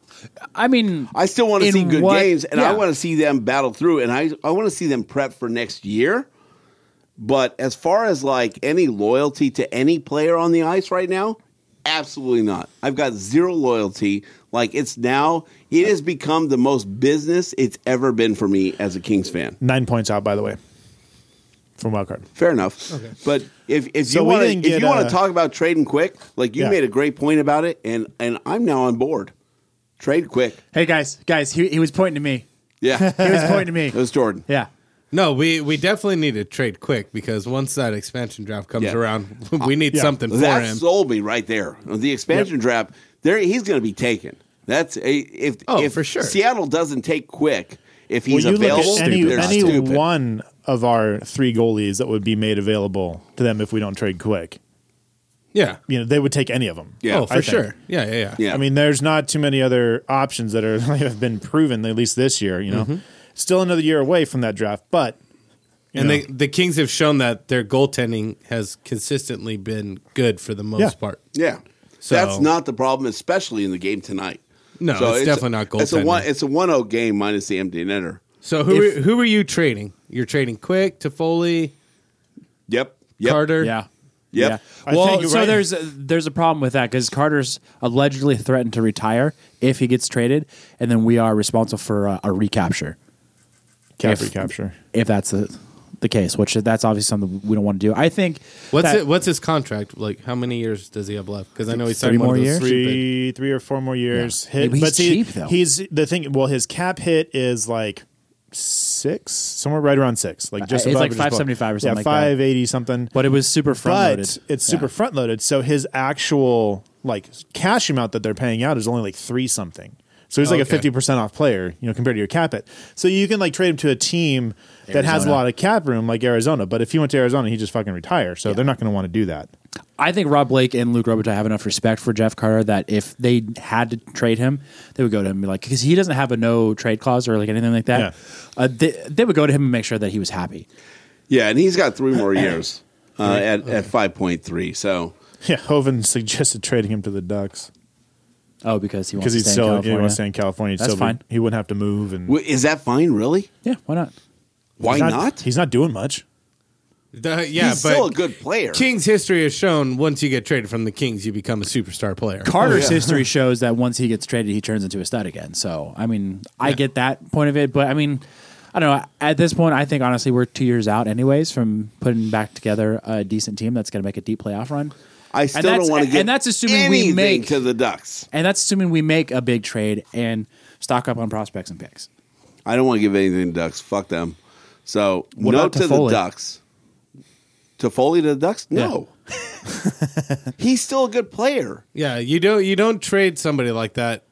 Speaker 8: I mean,
Speaker 7: I still want to
Speaker 3: in
Speaker 7: see good
Speaker 3: what-
Speaker 7: games, and I
Speaker 3: yeah.
Speaker 7: want to see them battle through, and I I want to see them prep for next year. But as far as like any loyalty to any player on the ice right now, absolutely not. I've got zero loyalty. Like it's now, it has become the most business it's ever been for me as a Kings fan.
Speaker 6: Nine points out, by the way, from wild card.
Speaker 7: Fair enough. But if if
Speaker 6: So
Speaker 7: you
Speaker 6: we
Speaker 7: want to
Speaker 6: didn't
Speaker 7: if
Speaker 6: get,
Speaker 7: you want
Speaker 6: uh,
Speaker 7: to talk about trading quick, like you
Speaker 6: Yeah.
Speaker 7: made a great point about it, and and I'm now on board. Trade quick.
Speaker 8: Hey guys, guys, he, he was pointing to me.
Speaker 7: Yeah,
Speaker 8: [laughs] He was pointing to
Speaker 7: [laughs]
Speaker 8: me.
Speaker 7: It was Jordan.
Speaker 8: Yeah.
Speaker 3: No, we, we definitely need to trade quick because once that expansion draft comes
Speaker 7: Yeah.
Speaker 3: around, [laughs] we need something for
Speaker 7: that
Speaker 3: him.
Speaker 7: sold me right there. The expansion draft, there he's going to be taken. That's a, if oh, if for sure. Seattle doesn't take quick if he's
Speaker 6: well, you
Speaker 7: available.
Speaker 6: look at any,
Speaker 7: they're
Speaker 6: any
Speaker 7: stupid.
Speaker 6: one of our three goalies that would be made available to them if we don't trade quick.
Speaker 3: Yeah.
Speaker 6: You know, they would take any of them.
Speaker 3: Yeah. Oh, for
Speaker 6: I think.
Speaker 3: sure. Yeah, yeah, yeah.
Speaker 6: I mean, there's not too many other options that are [laughs] have been proven at least this year. You know,
Speaker 8: Mm-hmm.
Speaker 3: Mhm.
Speaker 6: still another year away from that draft, but you
Speaker 3: and
Speaker 6: know.
Speaker 3: the the Kings have shown that their goaltending has consistently been good for the most
Speaker 7: Yeah.
Speaker 3: part.
Speaker 7: Yeah.
Speaker 3: So-
Speaker 7: That's not the problem, especially in the game tonight.
Speaker 3: No, it's definitely not
Speaker 7: It's a
Speaker 3: goaltending.
Speaker 7: one. It's a one zero game minus the empty netter.
Speaker 3: So who
Speaker 7: If-
Speaker 3: are, who are you trading? You're trading Quick, Toffoli.
Speaker 7: Yep. yep.
Speaker 3: Carter.
Speaker 8: Yeah.
Speaker 3: I
Speaker 8: Well,
Speaker 3: think
Speaker 8: so
Speaker 3: right-
Speaker 8: there's there's a problem with that because Carter's allegedly threatened to retire if he gets traded, and then we are responsible for uh, a recapture.
Speaker 6: Cap
Speaker 8: If-
Speaker 6: recapture.
Speaker 8: If that's the, the case, which that's obviously something we don't want to do. I think.
Speaker 3: What's
Speaker 8: that-
Speaker 3: it? What's his contract? Like, how many years does he have left? Because I know he
Speaker 8: Three
Speaker 3: signed one
Speaker 8: more
Speaker 3: of those
Speaker 8: years?
Speaker 3: Three,
Speaker 6: three, three or four more years.
Speaker 3: Yeah. Maybe he's
Speaker 6: see,
Speaker 3: cheap, though.
Speaker 6: He's the thing. Well, his cap hit is like six, somewhere right around six, like just
Speaker 8: Uh, It's
Speaker 6: above
Speaker 8: like
Speaker 6: or just below.
Speaker 8: 575 or something
Speaker 6: Yeah,
Speaker 8: like that.
Speaker 6: five eighty something.
Speaker 8: But it was super
Speaker 6: but
Speaker 8: front-loaded.
Speaker 6: it's super front loaded. So his actual like cash amount that they're paying out is only like three something. So he's like
Speaker 3: Okay.
Speaker 6: a fifty percent off player, you know, compared to your cap it. So you can like trade him to a team that has a
Speaker 8: Arizona.
Speaker 6: lot of cap room, like Arizona. But if he went to Arizona, he just fucking retire. So they're not going to want to do that.
Speaker 8: I think Rob Blake and Luke Robitaille have enough respect for Jeff Carter that if they had to trade him, they would go to him and be like, because he doesn't have a no trade clause or like anything like that. Uh, they, they would go to him and make sure that he was happy.
Speaker 7: Yeah, and he's got
Speaker 3: [clears throat]
Speaker 7: three more years uh, at at five point three. So
Speaker 6: [laughs] Yeah, Hovind suggested trading him to the Ducks.
Speaker 8: Oh, because he wants
Speaker 6: because
Speaker 8: to
Speaker 6: he's
Speaker 8: stay
Speaker 6: still
Speaker 8: in
Speaker 6: yeah, he
Speaker 8: California.
Speaker 6: wants to stay in California.
Speaker 8: That's
Speaker 6: so we-
Speaker 8: fine.
Speaker 6: He wouldn't have to move. And
Speaker 7: W- is that fine, really?
Speaker 8: Yeah, why not?
Speaker 7: Why
Speaker 6: He's
Speaker 7: not?
Speaker 6: He's not doing much.
Speaker 3: The- yeah,
Speaker 7: He's
Speaker 3: but
Speaker 7: still a good player.
Speaker 3: Kings history has shown once you get traded from the Kings, you become a superstar player.
Speaker 7: Oh,
Speaker 8: Carter's
Speaker 7: [laughs]
Speaker 8: history shows that once he gets traded, he turns into a stud again. So, I mean, I get that point of it, but I mean, I don't know. At this point, I think honestly, we're two years out, anyways, from putting back together a decent team that's going to make a deep playoff run.
Speaker 7: I
Speaker 8: And
Speaker 7: still
Speaker 8: that's-
Speaker 7: don't want to get
Speaker 8: and that's assuming we
Speaker 7: anything
Speaker 8: make-
Speaker 7: to the Ducks.
Speaker 8: And that's assuming we make a big trade and stock up on prospects and picks.
Speaker 7: I don't want to give anything to Ducks. Fuck them. So
Speaker 8: What
Speaker 7: no
Speaker 8: about
Speaker 7: to the
Speaker 8: Toffoli?
Speaker 7: Ducks. To Foley to the Ducks?
Speaker 3: [laughs]
Speaker 7: No. He's still a good player.
Speaker 3: Yeah, you don't you don't trade somebody like that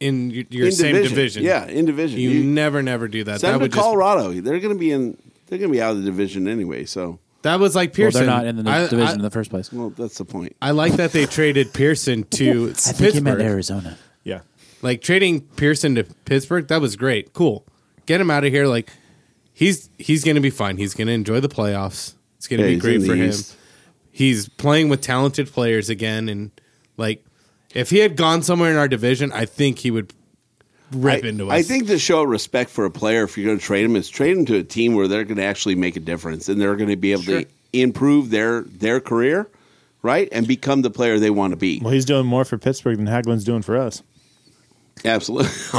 Speaker 3: in your, your
Speaker 7: In
Speaker 3: same
Speaker 7: division.
Speaker 3: division.
Speaker 7: Yeah, in division.
Speaker 3: You,
Speaker 7: You-
Speaker 3: never never do that.
Speaker 7: Send
Speaker 3: That
Speaker 7: him to
Speaker 3: would just
Speaker 7: Colorado. They're going to be in. They're going to be out of the division anyway. So
Speaker 3: that was like
Speaker 8: Well,
Speaker 3: Pearson.
Speaker 8: they're not in the
Speaker 3: I-
Speaker 8: division
Speaker 3: I-
Speaker 8: in the first place.
Speaker 7: Well, that's the point.
Speaker 3: I like that they traded Pearson to
Speaker 8: [laughs] I think he
Speaker 3: Pittsburgh.
Speaker 8: meant Arizona.
Speaker 6: Yeah.
Speaker 3: Like trading Pearson to Pittsburgh, that was great. Cool. Get him out of here. Like he's he's gonna be fine. He's gonna enjoy the playoffs. It's gonna
Speaker 7: Yeah,
Speaker 3: be
Speaker 7: he's
Speaker 3: great
Speaker 7: in the
Speaker 3: for him.
Speaker 7: East.
Speaker 3: He's playing with talented players again and like if he had gone somewhere in our division, I think he would rip
Speaker 7: I,
Speaker 3: into us.
Speaker 7: I think to show respect for a player, if you're going to trade him, is trade him to a team where they're going to actually make a difference and they're going to be able to improve their their career, right, and become the player they want to be.
Speaker 6: Well, he's doing more for Pittsburgh than Haglund's doing
Speaker 8: [laughs]
Speaker 6: for us.
Speaker 7: Absolutely [laughs]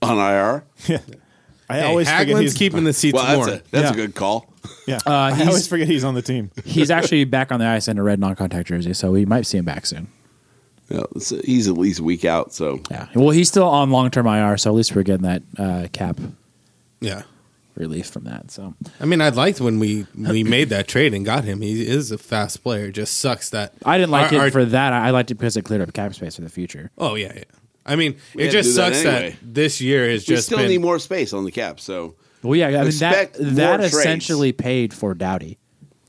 Speaker 7: on IR.
Speaker 6: I
Speaker 3: Hey,
Speaker 6: always forget
Speaker 3: Haglund's
Speaker 6: he's
Speaker 3: keeping the seats
Speaker 7: well, that's
Speaker 3: warm.
Speaker 7: a that's a
Speaker 6: Yeah.
Speaker 7: good call.
Speaker 6: [laughs] Yeah,
Speaker 8: Uh,
Speaker 6: I
Speaker 8: he's-
Speaker 6: always forget he's on
Speaker 7: [laughs]
Speaker 6: the team.
Speaker 8: He's actually back on the ice in a red non-contact jersey, so we might see him back soon.
Speaker 7: Yeah, it's- he's at least a week out. So
Speaker 8: yeah, Well, he's still on long-term IR, so at least we're getting that uh, cap
Speaker 3: Yeah.
Speaker 8: relief from that. So
Speaker 3: I mean, I liked when we we made that trade and got him. He is a fast player. Just sucks that
Speaker 8: I didn't like
Speaker 3: our-
Speaker 8: it
Speaker 3: our-
Speaker 8: for that. I I liked it because it cleared up cap space for the future.
Speaker 3: Oh yeah, yeah. I mean, it
Speaker 7: We had to
Speaker 3: just
Speaker 7: do that
Speaker 3: sucks
Speaker 7: anyway.
Speaker 3: that this year has
Speaker 7: we
Speaker 3: just
Speaker 7: still
Speaker 3: been.
Speaker 7: need more space on the cap. So
Speaker 8: Well, yeah, I mean that
Speaker 7: Expect more
Speaker 8: that
Speaker 7: trades.
Speaker 8: essentially paid for Dowdy,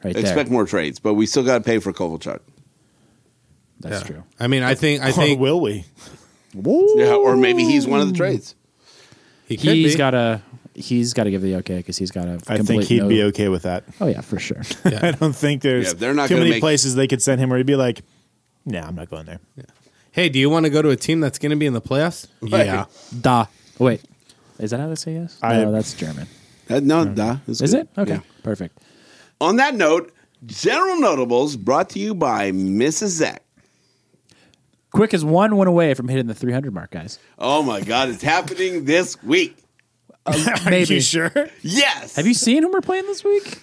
Speaker 8: right
Speaker 7: expect
Speaker 8: there.
Speaker 7: more trades, but we still got to pay for Kovalchuk.
Speaker 8: That's
Speaker 3: true. I mean, I think I
Speaker 6: Or
Speaker 3: think
Speaker 6: will we?
Speaker 7: Yeah, or maybe he's one of the trades.
Speaker 3: he could
Speaker 8: He's
Speaker 3: be.
Speaker 8: got to he's got to give the okay because he's got to.
Speaker 6: I think he'd be okay with that.
Speaker 8: Oh yeah, for sure. [laughs]
Speaker 6: [laughs] I don't think there's
Speaker 7: Yeah, they're not
Speaker 6: too
Speaker 7: gonna
Speaker 6: many
Speaker 7: make-
Speaker 6: places they could send him where he'd be like, "Nah, I'm not going there."
Speaker 3: hey, do you want to go to a team that's going to be in the playoffs?
Speaker 7: Right.
Speaker 3: Yeah.
Speaker 8: da. Oh, Wait, is that how they say yes?
Speaker 6: I-
Speaker 8: no, that's German.
Speaker 7: Uh, no, nah, it's
Speaker 8: Is
Speaker 7: good.
Speaker 8: it okay?
Speaker 7: Yeah.
Speaker 8: Perfect.
Speaker 7: On that note, General Notables brought to you by Mrs. Zach.
Speaker 8: Quick as one went away from hitting the 300 mark, guys.
Speaker 7: Oh my God, it's happening this week.
Speaker 8: Maybe.
Speaker 6: You sure?
Speaker 7: Yes.
Speaker 8: Have you seen who we're playing this week?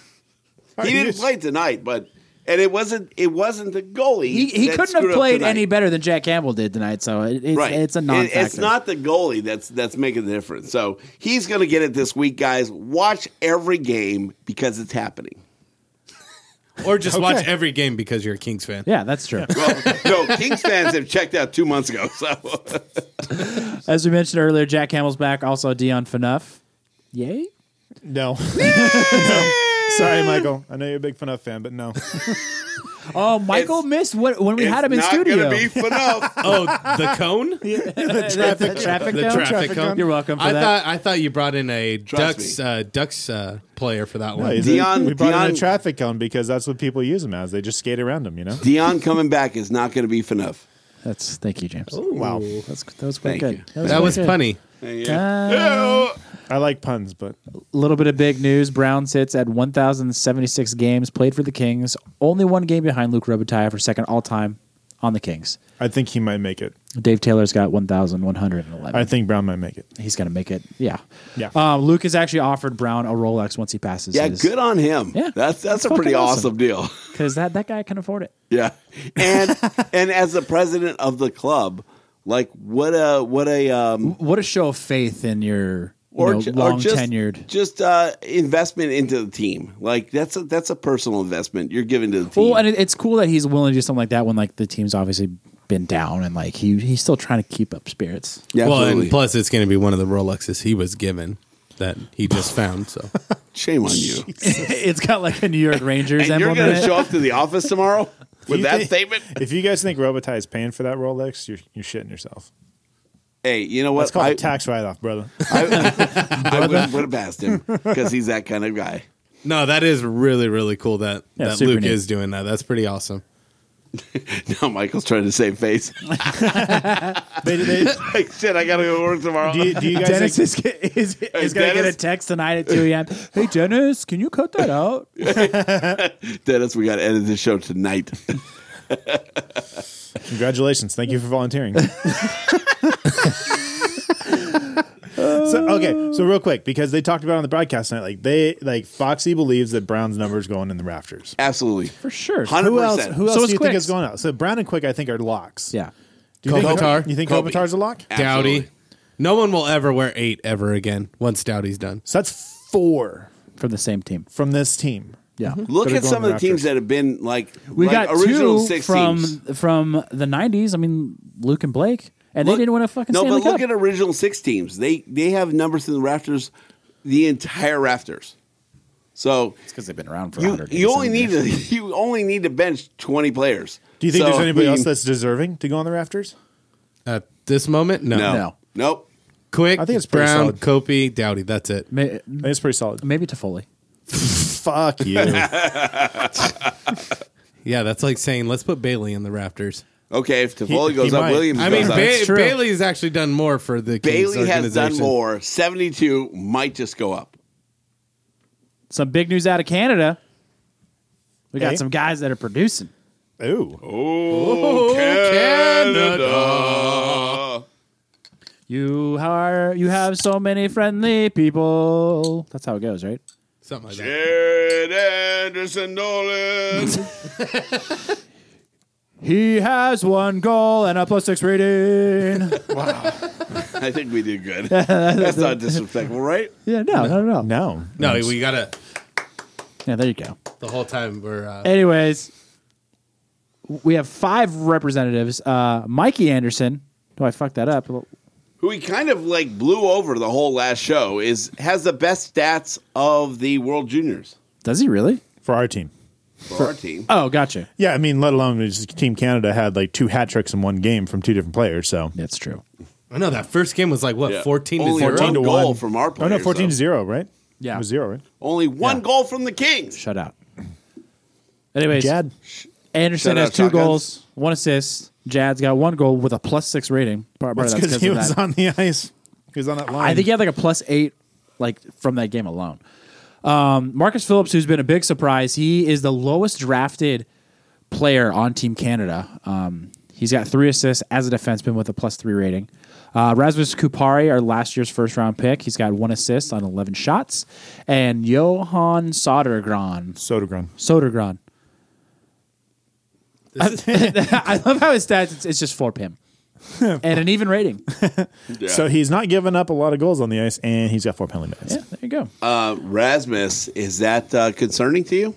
Speaker 7: He didn't play tonight, but and it wasn't it wasn't the goalie.
Speaker 8: He, he
Speaker 7: that
Speaker 8: couldn't
Speaker 7: screwed
Speaker 8: have
Speaker 7: up
Speaker 8: played
Speaker 7: tonight.
Speaker 8: any better than Jack Campbell did tonight, so it, it's,
Speaker 7: Right,
Speaker 8: it's a
Speaker 7: It-
Speaker 8: non-factor.
Speaker 7: It's not the goalie that's that's making the difference. So he's going to get it this week, guys. Watch every game because it's happening.
Speaker 3: Or just watch every game because you're a Kings fan.
Speaker 8: Yeah, that's true.
Speaker 7: Well, [laughs] no, Kings fans have checked out two months ago. So
Speaker 8: As we mentioned earlier, Jack Campbell's back. Also, Dion Phaneuf. Yay!
Speaker 6: No. No. [laughs] Sorry, Michael. I know you're a big FNUF fan, but no.
Speaker 8: Oh, Michael
Speaker 7: It's-
Speaker 8: missed what when we had him in
Speaker 7: it's not
Speaker 8: studio.
Speaker 7: going to be enough.
Speaker 3: Oh, the [laughs] cone.
Speaker 8: the, the traffic,
Speaker 3: The
Speaker 8: cone?
Speaker 3: traffic, cone.
Speaker 8: You're welcome for
Speaker 3: I
Speaker 8: that.
Speaker 3: thought I thought you brought in a
Speaker 7: Trust
Speaker 3: ducks
Speaker 7: me.
Speaker 3: uh, ducks uh, player for that one.
Speaker 6: He's a-
Speaker 7: [laughs] Dion-
Speaker 6: we brought him in
Speaker 7: Dion-
Speaker 6: a traffic cone because that's what people use him as. They just skate around him, you know?
Speaker 7: Dion coming back is not going to be enough.
Speaker 8: That's thank you, James.
Speaker 6: Wow.
Speaker 8: That's that was quite
Speaker 7: Thank
Speaker 8: good.
Speaker 7: you.
Speaker 3: That was
Speaker 8: quite
Speaker 3: punny.
Speaker 8: good.
Speaker 6: I like puns, but
Speaker 8: A little bit of big news. Brown sits at 1,076 games played for the Kings, only one game behind Luke Robitaille for second all time on the Kings.
Speaker 6: I think he might make it.
Speaker 8: Dave Taylor's got 1,111.
Speaker 6: I think Brown might make it.
Speaker 8: He's going to make it. Yeah.
Speaker 6: Yeah.
Speaker 8: Uh, Luke has actually offered Brown a Rolex once he passes.
Speaker 7: Yeah, good on him.
Speaker 8: Yeah.
Speaker 7: that's that's a
Speaker 8: Fucking
Speaker 7: pretty
Speaker 8: awesome.
Speaker 7: awesome deal. [laughs]
Speaker 8: Because that, that guy can afford it.
Speaker 7: Yeah,
Speaker 8: [laughs]
Speaker 7: and and as the president of the club, like what a what a um
Speaker 8: What a show of faith in your
Speaker 7: or,
Speaker 8: you know,
Speaker 7: ju- or
Speaker 8: long
Speaker 7: just
Speaker 8: tenured.
Speaker 7: just uh investment into the team. Like that's a that's a personal investment you're giving to the team.
Speaker 8: Well, and it, it's cool that he's willing to do something like that when like the team's obviously been down and like he he's still trying to keep up spirits. [laughs]
Speaker 7: yeah,
Speaker 3: well,
Speaker 7: absolutely.
Speaker 3: and plus it's going to be one of the Rolexes he was given that he
Speaker 7: [laughs]
Speaker 3: just found. So
Speaker 7: shame on
Speaker 8: [laughs]
Speaker 7: you.
Speaker 8: it's got like a New
Speaker 7: [laughs]
Speaker 8: York Rangers
Speaker 7: and you're
Speaker 8: emblem.
Speaker 7: going
Speaker 8: in
Speaker 7: to
Speaker 8: it.
Speaker 7: show up to the office
Speaker 6: [laughs]
Speaker 7: tomorrow with
Speaker 6: You
Speaker 7: that
Speaker 6: think-
Speaker 7: statement.
Speaker 6: If you guys think Robitaille is paying for that Rolex, you're, you're shitting yourself.
Speaker 7: Hey, you know
Speaker 6: That's
Speaker 7: what?
Speaker 6: called
Speaker 7: I,
Speaker 6: a tax write off, brother.
Speaker 7: I, I wouldn't put it past him because he's that kind of guy.
Speaker 3: no, that is really really cool that
Speaker 8: Yeah,
Speaker 3: that
Speaker 8: super
Speaker 3: Luke
Speaker 8: neat.
Speaker 3: is doing that. That's pretty awesome.
Speaker 7: Now [laughs] Michael's trying to save face.
Speaker 6: They- they-
Speaker 7: [laughs] like shit, I got to go to work tomorrow.
Speaker 6: do, you,
Speaker 7: [laughs]
Speaker 6: do you guys
Speaker 8: Dennis
Speaker 6: think-
Speaker 8: is, is,
Speaker 7: Hey,
Speaker 8: is going to get a
Speaker 7: Dennis?
Speaker 8: text tonight at 2 a.m. Hey, Dennis, can you cut that out?
Speaker 7: Dennis, we got to edit the show tonight.
Speaker 6: Congratulations. Thank you
Speaker 7: [laughs]
Speaker 6: for volunteering. so okay, so real quick, because they talked about it on the broadcast tonight, like they like Foxy believes that Brown's numbers going in the rafters.
Speaker 7: Absolutely.
Speaker 8: For sure.
Speaker 7: Hundred
Speaker 6: Who else
Speaker 7: percent.
Speaker 6: who else
Speaker 8: So
Speaker 6: do
Speaker 8: is
Speaker 6: you think
Speaker 8: Quicks.
Speaker 6: is going out? So Brown and Quick I think are locks.
Speaker 8: Yeah.
Speaker 6: Do you
Speaker 3: Kopitar.
Speaker 6: think you think
Speaker 7: Kobe.
Speaker 6: Kopitar's a lock?
Speaker 7: Absolutely.
Speaker 3: Dowdy. No one will ever wear eight ever again once Dowdy's done.
Speaker 6: So that's four
Speaker 8: From the same team.
Speaker 6: from this team.
Speaker 8: Yeah.
Speaker 7: Look
Speaker 6: Better
Speaker 7: at
Speaker 6: go
Speaker 7: some
Speaker 6: on
Speaker 7: of the
Speaker 6: the
Speaker 7: teams
Speaker 6: Raptors.
Speaker 7: that have been like
Speaker 8: We
Speaker 7: like
Speaker 8: got
Speaker 7: original
Speaker 8: two
Speaker 7: six
Speaker 8: from,
Speaker 7: teams.
Speaker 8: from the 90s. I mean, Luke and Blake. And
Speaker 7: Look-
Speaker 8: they didn't win a fucking
Speaker 7: no,
Speaker 8: Stanley
Speaker 7: but look
Speaker 8: Cup.
Speaker 7: at original six teams. They they have numbers in the rafters, the entire rafters. So
Speaker 8: because they've been around for
Speaker 7: you you only need to [laughs] you only need to bench twenty players.
Speaker 6: Do you think
Speaker 7: So,
Speaker 6: there's
Speaker 7: I [laughs]
Speaker 6: anybody
Speaker 7: mean,
Speaker 6: else that's deserving to go on the rafters?
Speaker 3: At this moment, no.
Speaker 7: no,
Speaker 8: No.
Speaker 7: nope?
Speaker 3: Quick,
Speaker 6: I think it's pretty
Speaker 3: Brown,
Speaker 6: solid.
Speaker 3: Kopi, Dowdy. That's it.
Speaker 8: May,
Speaker 6: I think it's pretty solid.
Speaker 8: maybe Toffoli.
Speaker 6: Fuck you.
Speaker 3: Yeah, that's like saying let's put Bailey in the rafters.
Speaker 7: Okay, if Tavoli
Speaker 6: He-
Speaker 7: goes
Speaker 6: he
Speaker 7: up,
Speaker 6: might.
Speaker 7: Williams.
Speaker 3: I
Speaker 7: goes
Speaker 3: mean,
Speaker 7: up.
Speaker 3: ba-
Speaker 8: true.
Speaker 3: Bailey's actually done more for the Kings
Speaker 7: Bailey has done
Speaker 3: organization.
Speaker 7: more. Seventy two might just go up.
Speaker 8: Some big news out of Canada. We got
Speaker 6: Hey.
Speaker 8: some guys that are producing.
Speaker 6: Ooh.
Speaker 7: Oh,
Speaker 8: You are you have so many friendly people. That's how it goes, right?
Speaker 3: Something like that.
Speaker 7: Jed Anderson Nolan.
Speaker 8: He has one goal and a plus six rating. wow.
Speaker 7: [laughs] I think we
Speaker 8: [laughs]
Speaker 7: did good. That's not disrespectful, right?
Speaker 8: Yeah, no, no, no.
Speaker 6: No.
Speaker 3: No, we gotta
Speaker 8: Yeah, there you go.
Speaker 3: the whole time we're uh,
Speaker 8: Anyways, we have five representatives. Uh, Mikey Anderson. Do I fuck that up?
Speaker 7: Who he kind of like blew over the whole last show is has the best stats of the World Juniors
Speaker 8: Does he really?
Speaker 6: [laughs] for our team.
Speaker 7: for, our team.
Speaker 8: Oh, gotcha.
Speaker 6: Yeah, I mean, let alone it's just Team Canada had like two hat tricks in one game from two different players. So
Speaker 8: That's true.
Speaker 3: I know that first game was like what
Speaker 7: Yeah.
Speaker 3: fourteen to
Speaker 7: Only
Speaker 3: zero.
Speaker 7: one
Speaker 6: to
Speaker 7: goal
Speaker 6: one.
Speaker 7: from our
Speaker 6: oh
Speaker 7: players.
Speaker 6: no, fourteen to
Speaker 7: though.
Speaker 6: zero, right?
Speaker 8: Yeah.
Speaker 6: It was zero, right?
Speaker 7: Only one goal from the Kings.
Speaker 8: Shut out. Anyways,
Speaker 6: Jad,
Speaker 8: Anderson
Speaker 7: Shout
Speaker 8: has
Speaker 7: out,
Speaker 8: two
Speaker 7: Shotguns.
Speaker 8: goals, one assist. Jad's got one goal with a plus six rating. Part, part
Speaker 6: that's
Speaker 8: of
Speaker 6: because
Speaker 8: that's
Speaker 6: he
Speaker 8: 'cause of
Speaker 6: was
Speaker 8: that.
Speaker 6: on the ice. He was on that line.
Speaker 8: I think he had like a plus eight, like from that game alone. Um, Marcus Phillips, who's been a big surprise, he is the lowest drafted player on Team Canada. Um, he's got three assists as a defenseman with a plus three rating. Uh, Rasmus Kupari, our last year's first round pick, he's got one assist on eleven shots, and Johan Sodergran.
Speaker 6: Sodergren.
Speaker 8: Sodergran. [laughs] I love how his stats. It's, it's just four [laughs] pim, and an even rating.
Speaker 6: So he's not giving up a lot of goals on the ice, and he's got four penalty minutes.
Speaker 8: Yeah, there you go.
Speaker 7: Uh, Rasmus, is that uh, concerning to you?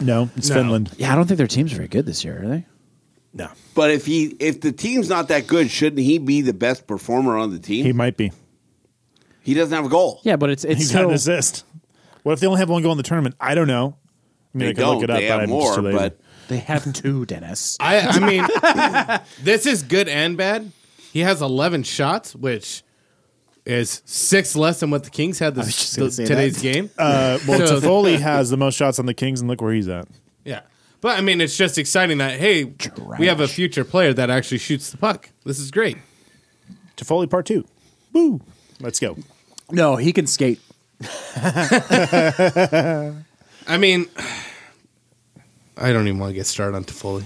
Speaker 6: No, it's Finland.
Speaker 8: Yeah, I don't think their team's very good this year, are they?
Speaker 6: No,
Speaker 7: But if he if the team's not that good, shouldn't he be the best performer on the team?
Speaker 6: he
Speaker 7: He,
Speaker 6: might be.
Speaker 7: doesn't have a goal.
Speaker 8: Yeah, but
Speaker 6: [laughs]
Speaker 8: it's it's
Speaker 6: He's got
Speaker 8: so,
Speaker 6: an assist. What if they only have one goal in the tournament? I don't know. I mean,
Speaker 7: they
Speaker 6: I can
Speaker 7: don't.
Speaker 6: look it up.
Speaker 7: they
Speaker 6: but
Speaker 7: have
Speaker 6: I'm just
Speaker 7: more,
Speaker 6: too lazy.
Speaker 7: but
Speaker 8: they have two, Dennis.
Speaker 3: I,
Speaker 7: [laughs]
Speaker 3: I mean, this is good and bad. He has 11 shots, which is six less than what the Kings had
Speaker 8: was
Speaker 3: this,
Speaker 8: just gonna
Speaker 3: th-
Speaker 8: say
Speaker 3: today's
Speaker 8: that.
Speaker 3: game.
Speaker 6: Uh, well,
Speaker 3: So-
Speaker 6: Toffoli has the most shots on the Kings, and look where he's at.
Speaker 3: yeah. But I mean, it's just exciting that, hey, we have a future player that actually shoots the puck. This is great.
Speaker 6: Toffoli part two. Woo! Let's go.
Speaker 8: No, he can skate.
Speaker 3: I mean, [sighs] I don't even want to get started on Toffoli.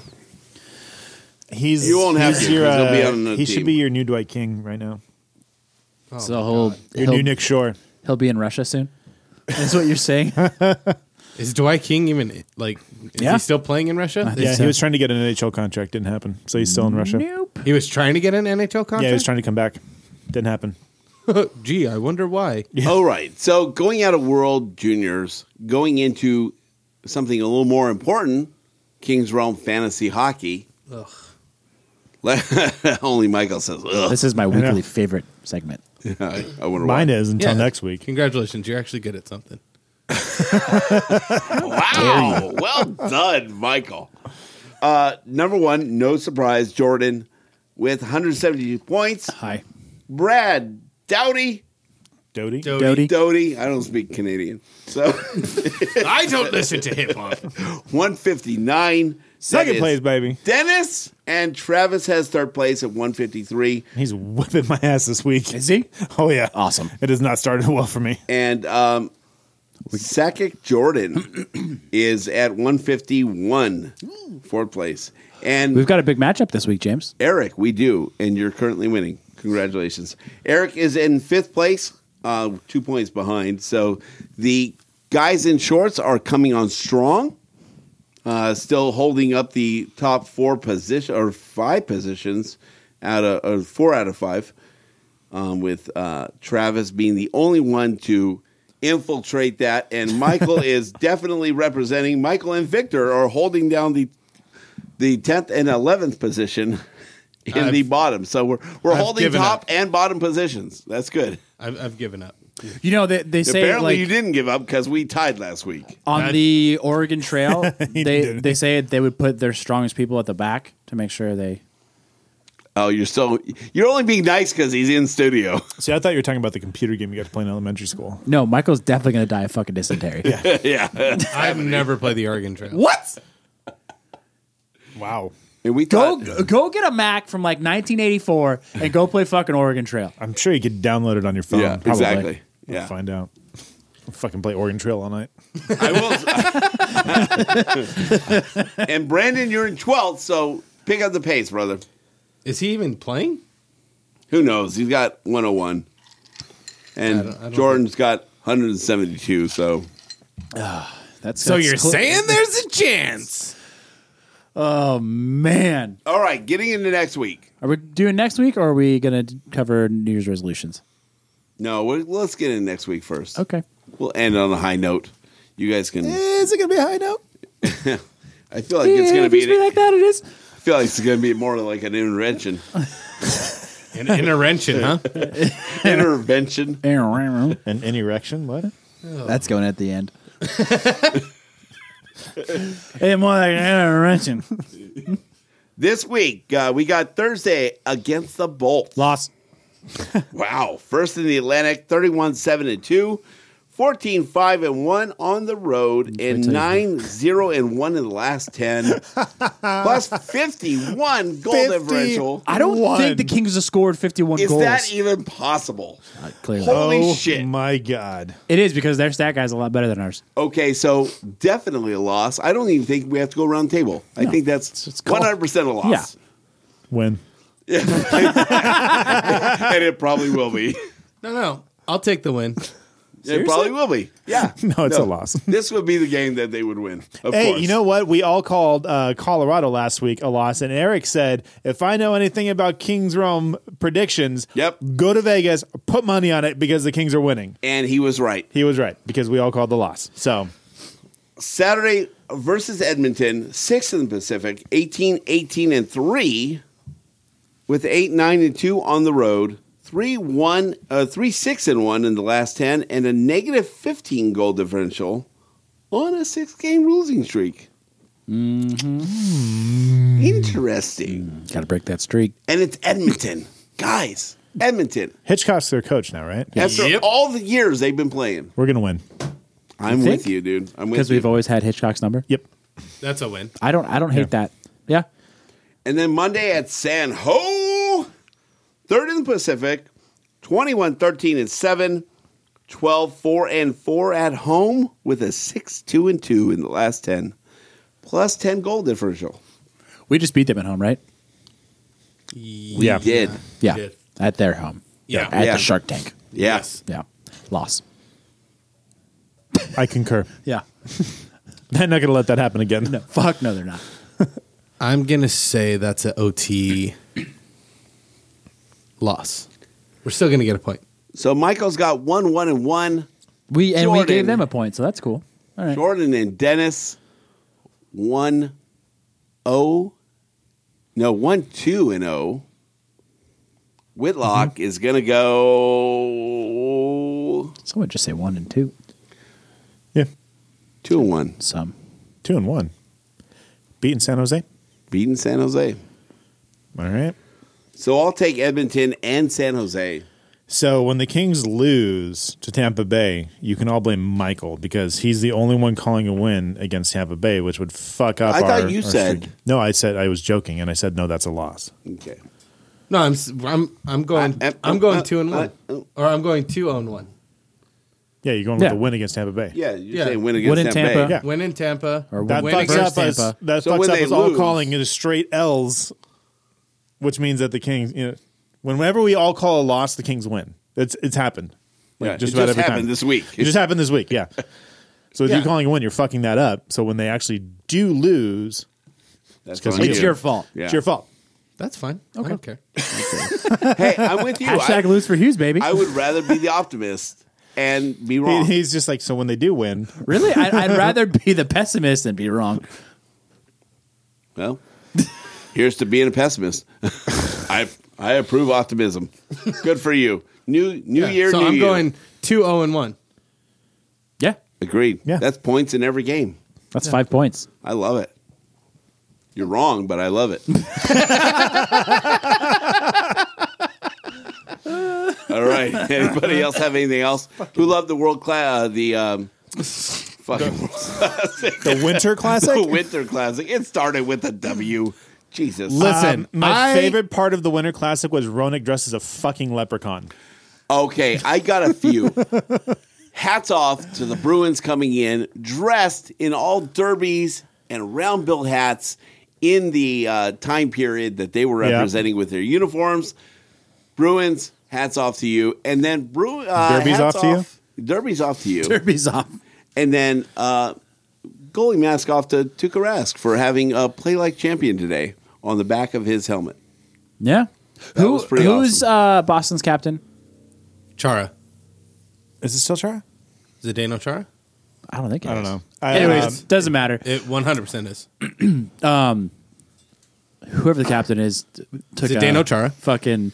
Speaker 6: He's
Speaker 7: You won't have
Speaker 6: he's
Speaker 7: to,
Speaker 6: your,
Speaker 7: 'cause he'll be
Speaker 6: uh,
Speaker 7: on another
Speaker 6: he
Speaker 7: team.
Speaker 6: should be your new Dwight King right now.
Speaker 8: so he'll
Speaker 6: Your
Speaker 8: he'll,
Speaker 6: new Nick Shore.
Speaker 8: he'll be in Russia soon. That's what you're [laughs] saying.
Speaker 3: Is Dwight King even, like, is
Speaker 8: Yeah.
Speaker 3: he still playing in Russia?
Speaker 6: Yeah,
Speaker 8: so.
Speaker 6: he was trying to get an NHL contract. Didn't happen. So he's still in Russia.
Speaker 8: nope.
Speaker 3: He was trying to get an NHL contract?
Speaker 6: Yeah, he was trying to come back. Didn't happen.
Speaker 3: Gee, I wonder why.
Speaker 7: All right. So going out of World Juniors, going into something a little more important, King's Realm Fantasy Hockey. Only Michael says, Ugh.
Speaker 8: This is my weekly favorite segment.
Speaker 7: I wonder why.
Speaker 6: Mine is until
Speaker 3: Yeah.
Speaker 6: next week.
Speaker 3: Congratulations. You're actually good at something.
Speaker 7: Wow. well done, Michael. Uh, number one, no surprise, Jordan with 172 points.
Speaker 8: Hi,
Speaker 7: Brad Doughty.
Speaker 6: Doty.
Speaker 8: Dodie.
Speaker 7: Doughty. I don't speak Canadian. So
Speaker 3: I don't listen to hip hop. [laughs]
Speaker 7: 159. That
Speaker 6: Second
Speaker 7: is
Speaker 6: place, baby.
Speaker 7: Dennis and Travis has third place at 153.
Speaker 6: He's whipping my ass this week.
Speaker 8: Is he
Speaker 6: Oh yeah,
Speaker 8: awesome?
Speaker 6: It has not started well for me.
Speaker 7: And um, Sakic Jordan is at 151, fourth place. And
Speaker 8: We've got a big matchup this week, James.
Speaker 7: Eric, we do, and you're currently winning. Congratulations. Eric is in fifth place, uh, two points behind. So the guys in shorts are coming on strong, uh, still holding up the top four position or five positions out of or four out of five, um, with uh, Travis being the only one to infiltrate that,
Speaker 3: [laughs]
Speaker 7: and Michael is definitely representing. Michael and Victor are holding down the the tenth and eleventh position in the bottom. So we're we're
Speaker 3: I've
Speaker 7: holding
Speaker 3: given
Speaker 7: top
Speaker 3: up.
Speaker 7: and bottom positions. That's good.
Speaker 3: I've, I've given up.
Speaker 8: You know they they say
Speaker 7: Apparently,
Speaker 8: like
Speaker 7: you didn't give up because we tied last week.
Speaker 8: on the Oregon Trail, they
Speaker 6: didn't.
Speaker 8: they say they would put their strongest people at the back to make sure they.
Speaker 7: Oh, you're so you're only being nice because he's in studio.
Speaker 6: See, I thought you were talking about the computer game you got to play in elementary school.
Speaker 8: No, Michael's definitely gonna die of fucking dysentery. yeah.
Speaker 7: yeah,
Speaker 3: I've never played the Oregon Trail.
Speaker 8: What?
Speaker 6: Wow,
Speaker 7: and we
Speaker 8: Go
Speaker 7: thought-
Speaker 8: go get a Mac from like 1984 and go play fucking Oregon Trail.
Speaker 6: I'm sure you could download it on your phone.
Speaker 7: Yeah, exactly.
Speaker 6: We'll
Speaker 7: Yeah,
Speaker 6: find out. We'll fucking play Oregon Trail all night.
Speaker 7: I will. and Brandon, you're in twelfth, so pick up the pace, brother.
Speaker 3: Is he even playing?
Speaker 7: Who knows? He's got 101, and
Speaker 3: I don't
Speaker 7: Jordan's got 172. So
Speaker 8: that's
Speaker 3: So you're
Speaker 8: cl-
Speaker 3: saying there's a chance?
Speaker 8: Oh man,
Speaker 7: All right, getting into next week.
Speaker 8: are we doing next week, or are we gonna d- cover New Year's resolutions?
Speaker 7: No, we let's get in next week first.
Speaker 8: Okay. Eh.
Speaker 7: We'll end on a high note. You guys can.
Speaker 8: Is it gonna be a high note?
Speaker 7: I feel like it's going to be.
Speaker 8: If you speak like that. It [laughs] is.
Speaker 7: I feel like it's going to be more like an
Speaker 8: [laughs]
Speaker 7: intervention.
Speaker 3: An intervention, huh?
Speaker 7: intervention.
Speaker 6: An, an erection? What?
Speaker 9: That's going at the end.
Speaker 8: [laughs] Hey, more like an intervention.
Speaker 7: This week uh, we got Thursday against the Bolts.
Speaker 8: Loss.
Speaker 7: [laughs] Wow. First in the Atlantic, 31 7 and 2, 14 5 and 1 on the road, and 9 0 and 1 in the
Speaker 8: [laughs]
Speaker 7: last 10, plus 51 goal
Speaker 6: 50.
Speaker 7: differential.
Speaker 8: I don't
Speaker 6: One.
Speaker 8: think the Kings have scored 51
Speaker 7: Is
Speaker 8: goals.
Speaker 7: that even possible?
Speaker 8: Uh, clearly.
Speaker 7: Holy
Speaker 6: oh
Speaker 7: shit.
Speaker 6: my god!
Speaker 8: It is because their stat guy's a lot better than ours.
Speaker 7: Okay, so definitely a loss. I don't even think we have to go around the table. I think that's
Speaker 8: it's called-
Speaker 7: 100% a loss.
Speaker 6: When?
Speaker 7: [laughs] And it probably will be.
Speaker 3: No, no. I'll take the win.
Speaker 7: It probably will be. Yeah.
Speaker 6: [laughs] No, it's a loss.
Speaker 7: This would be the game that they would win. [laughs] Of
Speaker 6: Hey,
Speaker 7: course.
Speaker 6: you know what? We all called uh, Colorado last week a loss, and Eric said, "If I know anything about Kings Rome predictions,
Speaker 7: Yep.
Speaker 6: go to Vegas, put money on it because the Kings are winning."
Speaker 7: And he was right.
Speaker 6: He was right because we all called the loss. So
Speaker 7: Saturday versus Edmonton, six in the Pacific, 18, 18, and three, with eight, nine, and two on the road, three, one, uh, three, six, and one in the last 10, and a negative 15 goal differential on a six game losing streak.
Speaker 6: Mm-hmm.
Speaker 7: Interesting.
Speaker 8: Got to break that streak.
Speaker 7: And it's Edmonton. Guys, Edmonton.
Speaker 6: Hitchcock's their coach now, right?
Speaker 7: After all the years they've been playing,
Speaker 6: We're gonna win.
Speaker 7: I'm
Speaker 8: think?
Speaker 7: with you, dude. I'm with
Speaker 8: Because
Speaker 7: you.
Speaker 8: we've always had Hitchcock's number.
Speaker 6: Yep.
Speaker 3: That's a win.
Speaker 8: I don't. I don't hate that. Yeah.
Speaker 7: And then Monday at San Ho, third in the Pacific, 21 13 and 7, 12 4 and 4 at home with a 6 2 and 2 in the last
Speaker 6: [laughs]
Speaker 7: 10, plus 10 goal differential.
Speaker 8: We just beat them at home, right?
Speaker 7: We
Speaker 6: Yeah.
Speaker 7: did.
Speaker 8: Yeah.
Speaker 3: did.
Speaker 8: At their home.
Speaker 3: Yeah.
Speaker 8: At
Speaker 7: Yeah.
Speaker 8: the Shark Tank.
Speaker 7: Yes.
Speaker 8: Yeah. Loss.
Speaker 6: I concur.
Speaker 8: Yeah.
Speaker 6: I'm not gonna let that happen again.
Speaker 8: No. Fuck no, they're not.
Speaker 3: I'm going to say that's an OT loss. We're still going to get a point.
Speaker 7: So Michael's got 1 1 and 1.
Speaker 8: We and we
Speaker 7: Jordan.
Speaker 8: gave them a point, so that's cool. All right.
Speaker 7: Jordan and Dennis, 1 0. No, 1 2 and 0.
Speaker 6: Mm-hmm.
Speaker 7: Whitlock is going to go
Speaker 8: So I would just say one and two.
Speaker 6: Yeah,
Speaker 7: 2 and 1.
Speaker 8: Some.
Speaker 6: two and one, beating San Jose.
Speaker 7: beating San Jose.
Speaker 6: All right.
Speaker 7: So I'll take Edmonton and San Jose.
Speaker 6: So when the Kings lose to Tampa Bay, you can all blame Michael because he's the only one calling a win against Tampa Bay, which would fuck up.
Speaker 7: I thought
Speaker 6: our-
Speaker 7: you
Speaker 6: our
Speaker 7: said-
Speaker 6: streak. No, I said I was joking, and I said no, that's a loss.
Speaker 7: Okay.
Speaker 3: No, I'm s- I'm I'm going
Speaker 7: I- I-
Speaker 3: I'm going
Speaker 7: uh,
Speaker 3: 2 and
Speaker 7: uh,
Speaker 3: 1.
Speaker 7: uh,
Speaker 3: Or I'm going 2 on 1.
Speaker 6: Yeah, you're going
Speaker 8: Yeah.
Speaker 6: with a win against Tampa Bay.
Speaker 7: Yeah, you're
Speaker 3: Yeah.
Speaker 7: saying win against
Speaker 8: Win in
Speaker 7: Tampa.
Speaker 8: Tampa.
Speaker 6: Yeah.
Speaker 3: Win in Tampa.
Speaker 8: Or
Speaker 6: that
Speaker 3: win
Speaker 6: fucks up
Speaker 3: against
Speaker 6: us.
Speaker 3: Tampa.
Speaker 6: That
Speaker 7: So
Speaker 6: fucks
Speaker 7: when
Speaker 6: up
Speaker 7: they
Speaker 6: us all
Speaker 7: lose-
Speaker 6: calling it straight L's, which means that the Kings. You know, whenever we all call a loss, the Kings win. It's it's happened. Like,
Speaker 7: Yeah,
Speaker 6: just
Speaker 7: it
Speaker 6: about
Speaker 7: just
Speaker 6: every
Speaker 7: happened
Speaker 6: time.
Speaker 7: this week.
Speaker 6: It just happened this week. Yeah.
Speaker 7: [laughs]
Speaker 6: So if
Speaker 3: Yeah.
Speaker 6: you're calling a win, you're fucking that up. So when they actually do lose,
Speaker 7: That's
Speaker 6: 'cause
Speaker 7: on
Speaker 6: it's
Speaker 7: you.
Speaker 8: your fault.
Speaker 7: Yeah.
Speaker 6: it's your fault.
Speaker 3: That's fine. I don't care.
Speaker 7: Hey, I'm with you.
Speaker 8: Hashtag
Speaker 7: I,
Speaker 8: lose for Hughes, baby.
Speaker 7: I would rather be the optimist and be
Speaker 6: He-
Speaker 7: wrong.
Speaker 6: he's just like, so when they do win,
Speaker 8: really? I, I'd rather be the pessimist than be wrong.
Speaker 7: well, here's to being a pessimist. [laughs] I I approve optimism. Good for you. New New
Speaker 3: Yeah.
Speaker 7: Year.
Speaker 3: so
Speaker 7: new
Speaker 3: I'm
Speaker 7: year.
Speaker 3: going 2 0 and 1.
Speaker 8: Yeah.
Speaker 7: Agreed.
Speaker 6: Yeah.
Speaker 7: That's points in every game.
Speaker 8: That's five points.
Speaker 7: I love it. You're wrong, but I love it. [laughs] All right. Anybody else have anything else? Who loved the world class? Uh, the um, fucking world classic.
Speaker 6: the
Speaker 7: [laughs]
Speaker 6: Winter Classic.
Speaker 7: The winter classic. It started with a W. Jesus.
Speaker 3: Listen,
Speaker 6: Um, My
Speaker 3: I-
Speaker 6: favorite part of the Winter Classic was Ronick dressed as a fucking leprechaun.
Speaker 7: Okay, I got
Speaker 8: [laughs]
Speaker 7: a few. Hats off to the Bruins coming in dressed in all derbies and round bill hats in the uh, time period that they were
Speaker 6: Yeah.
Speaker 7: representing with their uniforms. Bruins, hats off to you. And then Bru- uh,
Speaker 6: Derby's
Speaker 7: hats
Speaker 6: off to you?
Speaker 7: Derby's off to you.
Speaker 8: Derby's off.
Speaker 7: And then uh, goalie mask off to Tuukka Rask for having a play like champion today on the back of his helmet.
Speaker 8: Yeah. Who,
Speaker 7: was pretty
Speaker 8: who's uh, Boston's captain?
Speaker 3: Chara.
Speaker 6: Is it still Chara?
Speaker 3: Is it Dano Chara?
Speaker 8: I don't think. It
Speaker 6: I don't
Speaker 8: is.
Speaker 6: know. Um,
Speaker 8: Anyways, doesn't matter.
Speaker 3: It 100% is.
Speaker 8: um, whoever the captain is t- took
Speaker 3: it
Speaker 8: a
Speaker 3: Dan O'Chara?
Speaker 8: fucking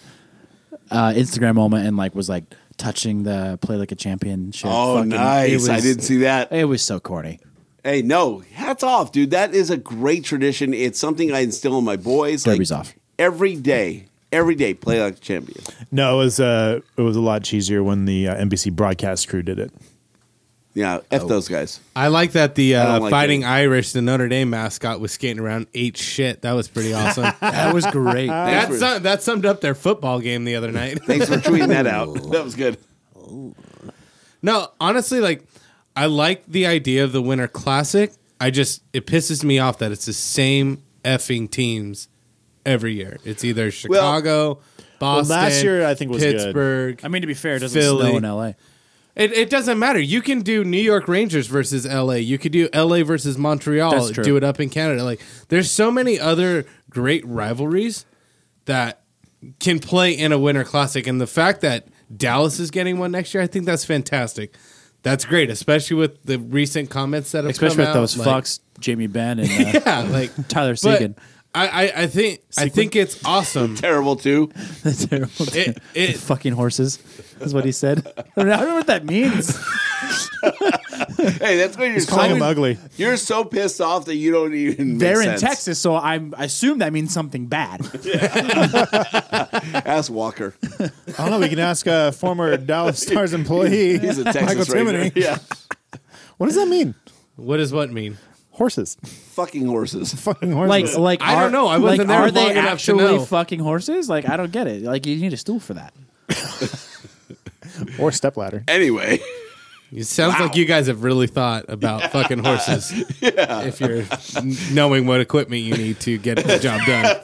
Speaker 8: uh, Instagram moment and like was like touching the play like a champion. shit.
Speaker 7: Oh,
Speaker 8: Fucking-
Speaker 7: nice.
Speaker 8: it was-
Speaker 7: I didn't see that.
Speaker 8: It was so corny.
Speaker 7: Hey, no, hats off, dude. That is a great tradition. It's something I instill in my boys.
Speaker 8: Derby's off.
Speaker 7: Every day, every day, play like a champion.
Speaker 6: No, it was uh, it was a lot cheesier when the uh, NBC broadcast crew did it.
Speaker 7: Yeah, F
Speaker 6: Oh.
Speaker 7: those guys.
Speaker 3: I like that the
Speaker 7: I
Speaker 3: uh,
Speaker 7: don't like
Speaker 3: Fighting
Speaker 7: it.
Speaker 3: Irish, the Notre Dame mascot, was skating around, ate shit. That was
Speaker 7: [laughs]
Speaker 3: pretty awesome.
Speaker 8: That was great.
Speaker 7: Thanks
Speaker 3: that,
Speaker 7: for-
Speaker 3: sum- that summed up their football game the other night.
Speaker 7: Thanks for tweeting that
Speaker 6: [laughs]
Speaker 7: out. That was good.
Speaker 3: [laughs] No, honestly, like I like the idea of the Winter Classic. I just it pisses me off that it's the same effing teams every year. It's either Chicago, Boston.
Speaker 6: last year I think was good.
Speaker 3: Pittsburgh.
Speaker 8: I mean, to be fair, it doesn't
Speaker 3: Philly.
Speaker 8: snow in L.A.
Speaker 3: It, it doesn't matter. You can do New York Rangers versus LA. You could do LA versus Montreal.
Speaker 8: That's true.
Speaker 3: Do it up in Canada. Like there's so many other great rivalries that can play in a Winter Classic, and the fact that Dallas is getting one next year, I think that's fantastic. That's great, especially with the recent comments that have
Speaker 8: especially
Speaker 3: come
Speaker 8: with
Speaker 3: out,
Speaker 8: those
Speaker 3: like-
Speaker 8: fucks, Jamie Benn and uh,
Speaker 3: [laughs] Yeah,
Speaker 8: [laughs]
Speaker 3: like
Speaker 8: Tyler
Speaker 3: but
Speaker 8: Seguin.
Speaker 3: I, I I think I think it's
Speaker 8: [laughs]
Speaker 3: awesome. [laughs]
Speaker 7: Terrible too.
Speaker 8: the terrible
Speaker 3: It- it-
Speaker 8: [laughs] fucking horses. Is what he said. [laughs] I don't know what that means.
Speaker 7: Hey, that's what you're
Speaker 6: Calling
Speaker 7: so-
Speaker 6: him ugly.
Speaker 7: You're so pissed off that you don't even. make
Speaker 8: They're in
Speaker 7: sense.
Speaker 8: Texas, so I'm, I assume that means something
Speaker 7: [laughs]
Speaker 8: bad.
Speaker 7: Ask Walker.
Speaker 6: I don't know. We can ask a former Dallas [laughs] Stars employee,
Speaker 7: He's a Texas
Speaker 6: Michael
Speaker 7: Ranger.
Speaker 6: Timoney.
Speaker 7: [laughs] Yeah,
Speaker 6: What does that mean?
Speaker 3: What does what mean?
Speaker 6: Horses,
Speaker 7: fucking horses.
Speaker 6: fucking horses.
Speaker 8: like like
Speaker 3: I don't
Speaker 8: are-
Speaker 3: know. I wasn't
Speaker 8: like,
Speaker 3: there
Speaker 8: Are they
Speaker 3: long enough to
Speaker 8: actually
Speaker 3: know.
Speaker 8: fucking horses? Like I don't get it. Like you need a stool for that.
Speaker 6: or stepladder.
Speaker 7: Anyway,
Speaker 3: It sounds like you guys have really thought about fucking horses. If you're n- knowing what equipment you need to get the job done.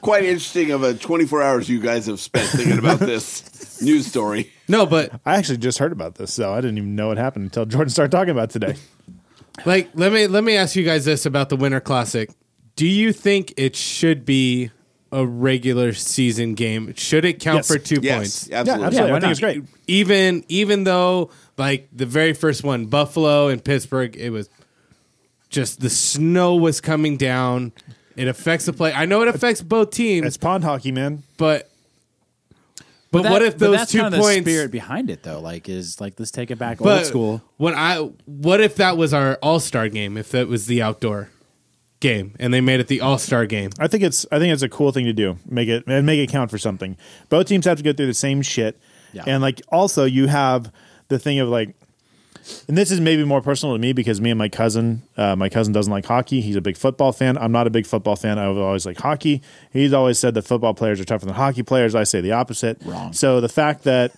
Speaker 7: quite interesting of a 24 hours you guys have spent thinking about this news story.
Speaker 3: No, but
Speaker 6: I actually just heard about this, so I didn't even know it happened until Jordan started talking about it today.
Speaker 3: like let me let me ask you guys this about the Winter Classic. Do you think it should be a regular season game? Should it count
Speaker 6: Yes.
Speaker 3: for two
Speaker 7: Yes,
Speaker 3: points?
Speaker 7: absolutely.
Speaker 6: absolutely.
Speaker 8: why
Speaker 6: I think it's great.
Speaker 3: Even even though like the very first one, Buffalo and Pittsburgh, it was just the snow was coming down. It affects the play. I know it affects both teams.
Speaker 6: It's pond hockey, man.
Speaker 3: But but,
Speaker 8: That-
Speaker 3: what if
Speaker 8: but
Speaker 3: those
Speaker 8: that's
Speaker 3: two
Speaker 8: kinda
Speaker 3: points?
Speaker 8: The spirit behind it though, like is like let's take it back
Speaker 3: but
Speaker 8: old school.
Speaker 3: When I what if that was our All Star game? If that was the outdoor game, and they made it the All Star game?
Speaker 6: I think it's I think it's a cool thing to do. Make it and make it count for something. Both teams have to go through the same shit.
Speaker 8: Yeah.
Speaker 6: And like also you have the thing of like and this is maybe more personal to me because me and my cousin, uh, my cousin doesn't like hockey. He's a big football fan. I'm not a big football fan. I was always like hockey. He's always said that football players are tougher than hockey players. I say the opposite.
Speaker 8: Wrong.
Speaker 6: So the fact that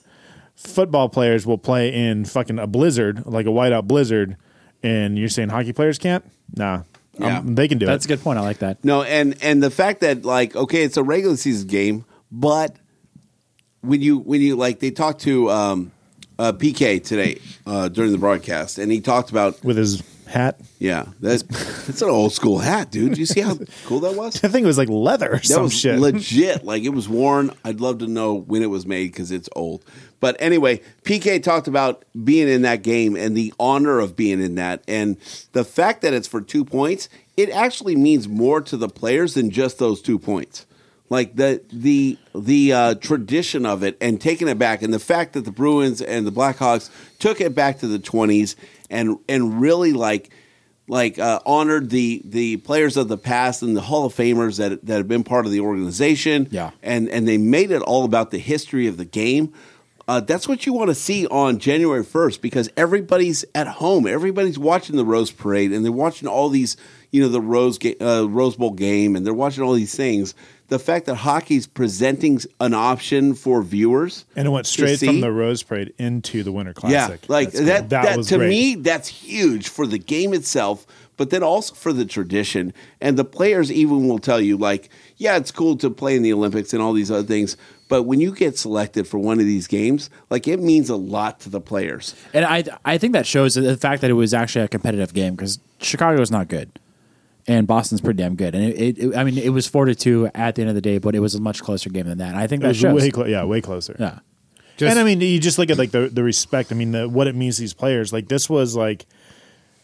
Speaker 6: football players will play in fucking a blizzard, like a whiteout blizzard, and you're saying hockey players can't? Nah.
Speaker 7: Yeah.
Speaker 6: Um, they can do
Speaker 8: That's a
Speaker 6: it.
Speaker 8: good point. I like that.
Speaker 7: No, and and the fact that like okay, it's a regular season game, but when you when you like they talked to um, uh, PK today uh, during the broadcast, and he talked about
Speaker 6: With his hat.
Speaker 7: yeah, that's that's an old school hat, dude. Do you see how cool that was?
Speaker 6: [laughs] I think it was like leather or
Speaker 7: That
Speaker 6: some
Speaker 7: was
Speaker 6: shit.
Speaker 7: legit. Like it was worn. I'd love to know when it was made because it's old. But anyway, PK talked about being in that game and the honor of being in that, and the fact that it's for two points. It actually means more to the players than just those two points. Like the the the uh, tradition of it and taking it back, and the fact that the Bruins and the Blackhawks took it back to the twenties and and really like like uh, honored the the players of the past and the Hall of Famers that that have been part of the organization.
Speaker 8: Yeah.
Speaker 7: and and they made it all about the history of the game. Uh, that's what you want to see on January first because everybody's at home, everybody's watching the Rose Parade, and they're watching all these you know the Rose ga- uh, Rose Bowl game, and they're watching all these things. The fact that hockey's presenting an option for viewers
Speaker 6: and it went
Speaker 7: to
Speaker 6: straight
Speaker 7: see-
Speaker 6: from the Rose Parade into the Winter Classic.
Speaker 7: yeah, like
Speaker 6: That's cool.
Speaker 7: that. That,
Speaker 6: was
Speaker 7: to
Speaker 6: great.
Speaker 7: me, that's huge for the game itself, but then also for the tradition and the players. Even will tell you, like, yeah, it's cool to play in the Olympics and all these other things, But when you get selected for one of these games, like it means a lot to the players.
Speaker 8: And I I think that shows the fact that it was actually a competitive game because Chicago is not good, and Boston's pretty damn good. And it, it, it- I mean it was four to two at the end of the day, but it was a much closer game than that. I think
Speaker 6: It
Speaker 8: that
Speaker 6: was
Speaker 8: shows.
Speaker 6: way clo- yeah, way closer.
Speaker 8: Yeah.
Speaker 6: and I mean, you just look at like the the respect. I mean, the, what it means to these players. Like this was like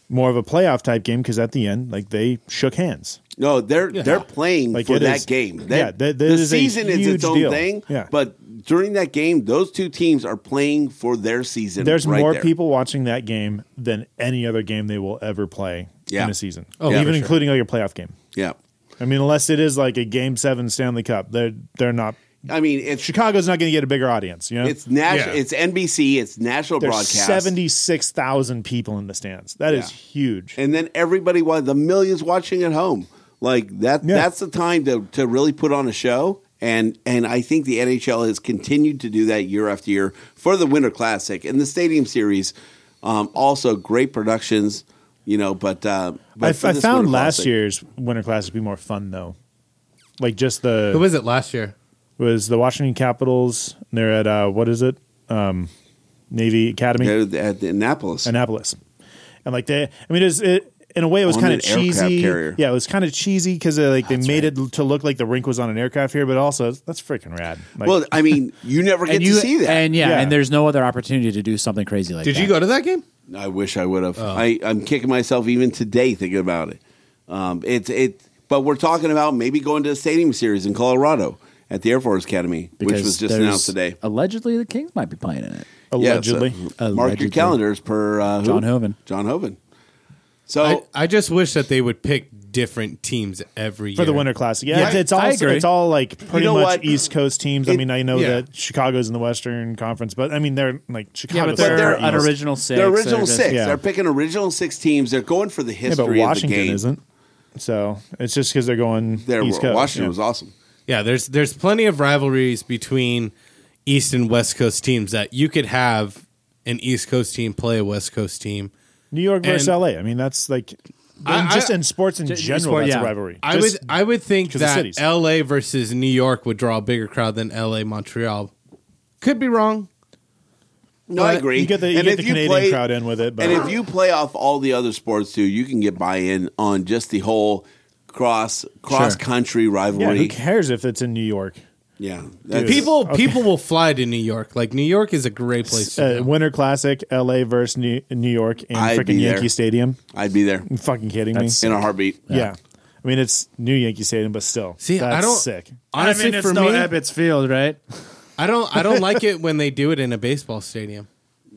Speaker 6: more of a playoff type game because at the end, like they shook hands.
Speaker 7: No, they're they're playing
Speaker 6: Like,
Speaker 7: for
Speaker 6: it
Speaker 7: that
Speaker 6: is-
Speaker 7: game. That,
Speaker 6: yeah, that- that
Speaker 7: the
Speaker 6: is a
Speaker 7: season is
Speaker 6: huge
Speaker 7: its own
Speaker 6: deal.
Speaker 7: thing.
Speaker 6: Yeah.
Speaker 7: But during that game, those two teams are playing for their season.
Speaker 6: There's
Speaker 7: right
Speaker 6: more
Speaker 7: there.
Speaker 6: people watching that game than any other game they will ever play
Speaker 7: Yeah.
Speaker 6: in a season.
Speaker 7: Oh, yeah,
Speaker 6: even
Speaker 7: for sure.
Speaker 6: including like a playoff game.
Speaker 7: Yeah.
Speaker 6: I mean, unless it is like a Game Seven Stanley Cup, they're they're not.
Speaker 7: I mean, it's
Speaker 6: Chicago's not going to get a bigger audience. You know,
Speaker 7: It's national. It's NBC. It's national
Speaker 6: There's
Speaker 7: broadcast.
Speaker 6: seventy six thousand people in the stands. That is
Speaker 7: Yeah.
Speaker 6: huge.
Speaker 7: and then everybody wa- the millions watching at home like that that's the time to, to really put on a show and and i think the nhl has continued to do that year after year for the winter classic and the stadium series um, also great productions you know but, uh, but
Speaker 6: I,
Speaker 7: for
Speaker 6: I
Speaker 7: this
Speaker 6: found
Speaker 7: Winter
Speaker 6: last
Speaker 7: Classic-
Speaker 6: year's Winter Classic to be more fun though. Like just the
Speaker 3: Who was it last year?
Speaker 6: was the Washington Capitals. and They're at uh, what is it? Um, Navy Academy.
Speaker 7: They're at Annapolis.
Speaker 6: Annapolis, and like they. I mean, it was, it, in a way, it was
Speaker 7: On
Speaker 6: kind
Speaker 7: an
Speaker 6: of cheesy.
Speaker 7: aircraft carrier.
Speaker 6: Yeah, it was kind of cheesy because like they made it to look like the rink was on an aircraft here, but also that's freaking rad. Like,
Speaker 7: well i mean you never get
Speaker 8: and you
Speaker 7: to see that
Speaker 8: and yeah, and there's no other opportunity to do something crazy like that.
Speaker 3: to that game?
Speaker 7: I wish I would have.
Speaker 6: Oh.
Speaker 7: I, I'm kicking myself even today thinking about it. Um, it's it, but we're talking about maybe going to the stadium series in Colorado at the Air Force Academy, which
Speaker 8: Because
Speaker 7: was just
Speaker 8: there's-
Speaker 7: announced today.
Speaker 8: Allegedly, the Kings might be playing in it.
Speaker 6: Allegedly.
Speaker 7: Yeah, so mark your calendars per uh, who?
Speaker 8: John Hoven.
Speaker 7: John Hoven. So
Speaker 3: I, I just wish that they would pick different teams every year
Speaker 6: for the Winter Classic. Yeah,
Speaker 3: Yeah,
Speaker 6: it's, it's
Speaker 3: I
Speaker 6: all
Speaker 3: agree.
Speaker 6: it's all like pretty
Speaker 7: know
Speaker 6: much
Speaker 7: what?
Speaker 6: East Coast teams. I
Speaker 7: It-
Speaker 6: mean, I know
Speaker 3: yeah.
Speaker 6: that Chicago's in the Western Conference, but I mean they're like Chicago.
Speaker 8: but they're an original six.
Speaker 7: they're original
Speaker 8: just-
Speaker 7: six.
Speaker 6: yeah.
Speaker 7: They're picking original six teams. They're going for the
Speaker 6: yeah, but
Speaker 7: history
Speaker 6: Washington
Speaker 7: of the game.
Speaker 6: isn't. So it's just because they're going
Speaker 7: There,
Speaker 6: East Coast.
Speaker 7: Washington
Speaker 6: yeah.
Speaker 7: was awesome.
Speaker 3: Yeah, there's there's plenty of rivalries between East and West Coast teams that you could have an East Coast team play a West Coast team.
Speaker 6: New York versus
Speaker 3: And-
Speaker 6: LA. I mean, that's like
Speaker 3: I-
Speaker 6: just
Speaker 3: I-
Speaker 6: in sports in general,
Speaker 8: sport,
Speaker 6: that's
Speaker 8: yeah.
Speaker 6: a rivalry.
Speaker 3: I would
Speaker 6: Just-
Speaker 3: I would think
Speaker 6: 'cause of
Speaker 3: that
Speaker 6: cities.
Speaker 3: LA versus New York would draw a bigger crowd than LA Montreal. Could be wrong.
Speaker 7: No, I agree.
Speaker 6: You get the, you
Speaker 7: And
Speaker 6: get
Speaker 7: if
Speaker 6: the
Speaker 7: you
Speaker 6: Canadian
Speaker 7: play-
Speaker 6: crowd in with it, but
Speaker 7: And if you play off all the other sports too, you can get buy-in on just the whole cross cross country
Speaker 6: yeah,
Speaker 7: rivalry.
Speaker 6: who cares if it's in New York?
Speaker 7: Yeah, that's-
Speaker 3: People people will fly to New York. Like New York is a great place. To
Speaker 6: Uh, Winter Classic, LA versus New, New York in
Speaker 7: I'd be
Speaker 6: freaking
Speaker 7: there.
Speaker 6: Yankee Stadium.
Speaker 7: I'd be there
Speaker 6: You fucking kidding me?
Speaker 7: in a heartbeat.
Speaker 6: Yeah. I mean, it's New Yankee Stadium, but still,
Speaker 3: See,
Speaker 6: that's
Speaker 3: I don't
Speaker 6: sick.
Speaker 3: Honestly,
Speaker 8: I mean, it's
Speaker 3: for
Speaker 8: no
Speaker 3: me,
Speaker 8: Ebbets Field, right?
Speaker 3: I don't I don't like it when they do it in a baseball stadium.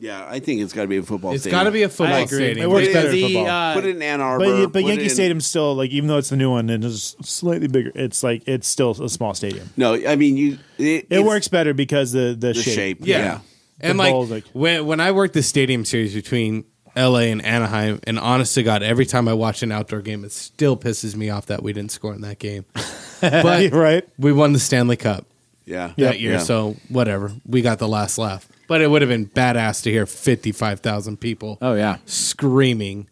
Speaker 7: Yeah, I think it's got to be a football.
Speaker 3: It's
Speaker 7: got
Speaker 3: got to be a football
Speaker 8: agree.
Speaker 3: stadium. e-,
Speaker 6: It works
Speaker 7: It
Speaker 6: better
Speaker 7: is
Speaker 6: in
Speaker 7: the,
Speaker 6: football.
Speaker 8: uh,
Speaker 7: put it in Ann Arbor.
Speaker 6: but but
Speaker 7: put it
Speaker 6: Yankee
Speaker 7: in-
Speaker 6: Stadium's still like, even though it's the new one and it's slightly bigger, it's like it's still a small stadium.
Speaker 7: No, I mean you. It,
Speaker 6: It
Speaker 7: it's
Speaker 6: works better because the
Speaker 7: The
Speaker 6: the, shape. [laughs]
Speaker 7: shape.
Speaker 3: Yeah.
Speaker 7: yeah.
Speaker 3: And
Speaker 6: The
Speaker 3: like,
Speaker 6: balls, like-
Speaker 3: when when I worked the stadium series between LA and Anaheim, and honest to God, every time I watch an outdoor game, it still pisses me off that we didn't score in that
Speaker 6: [laughs]
Speaker 3: game. But
Speaker 6: right?
Speaker 3: we won the Stanley Cup
Speaker 7: Yeah.
Speaker 3: that year,
Speaker 7: Yeah.
Speaker 3: so whatever. We got the last laugh. But it would have been badass to hear fifty five thousand people
Speaker 8: Oh yeah.
Speaker 3: screaming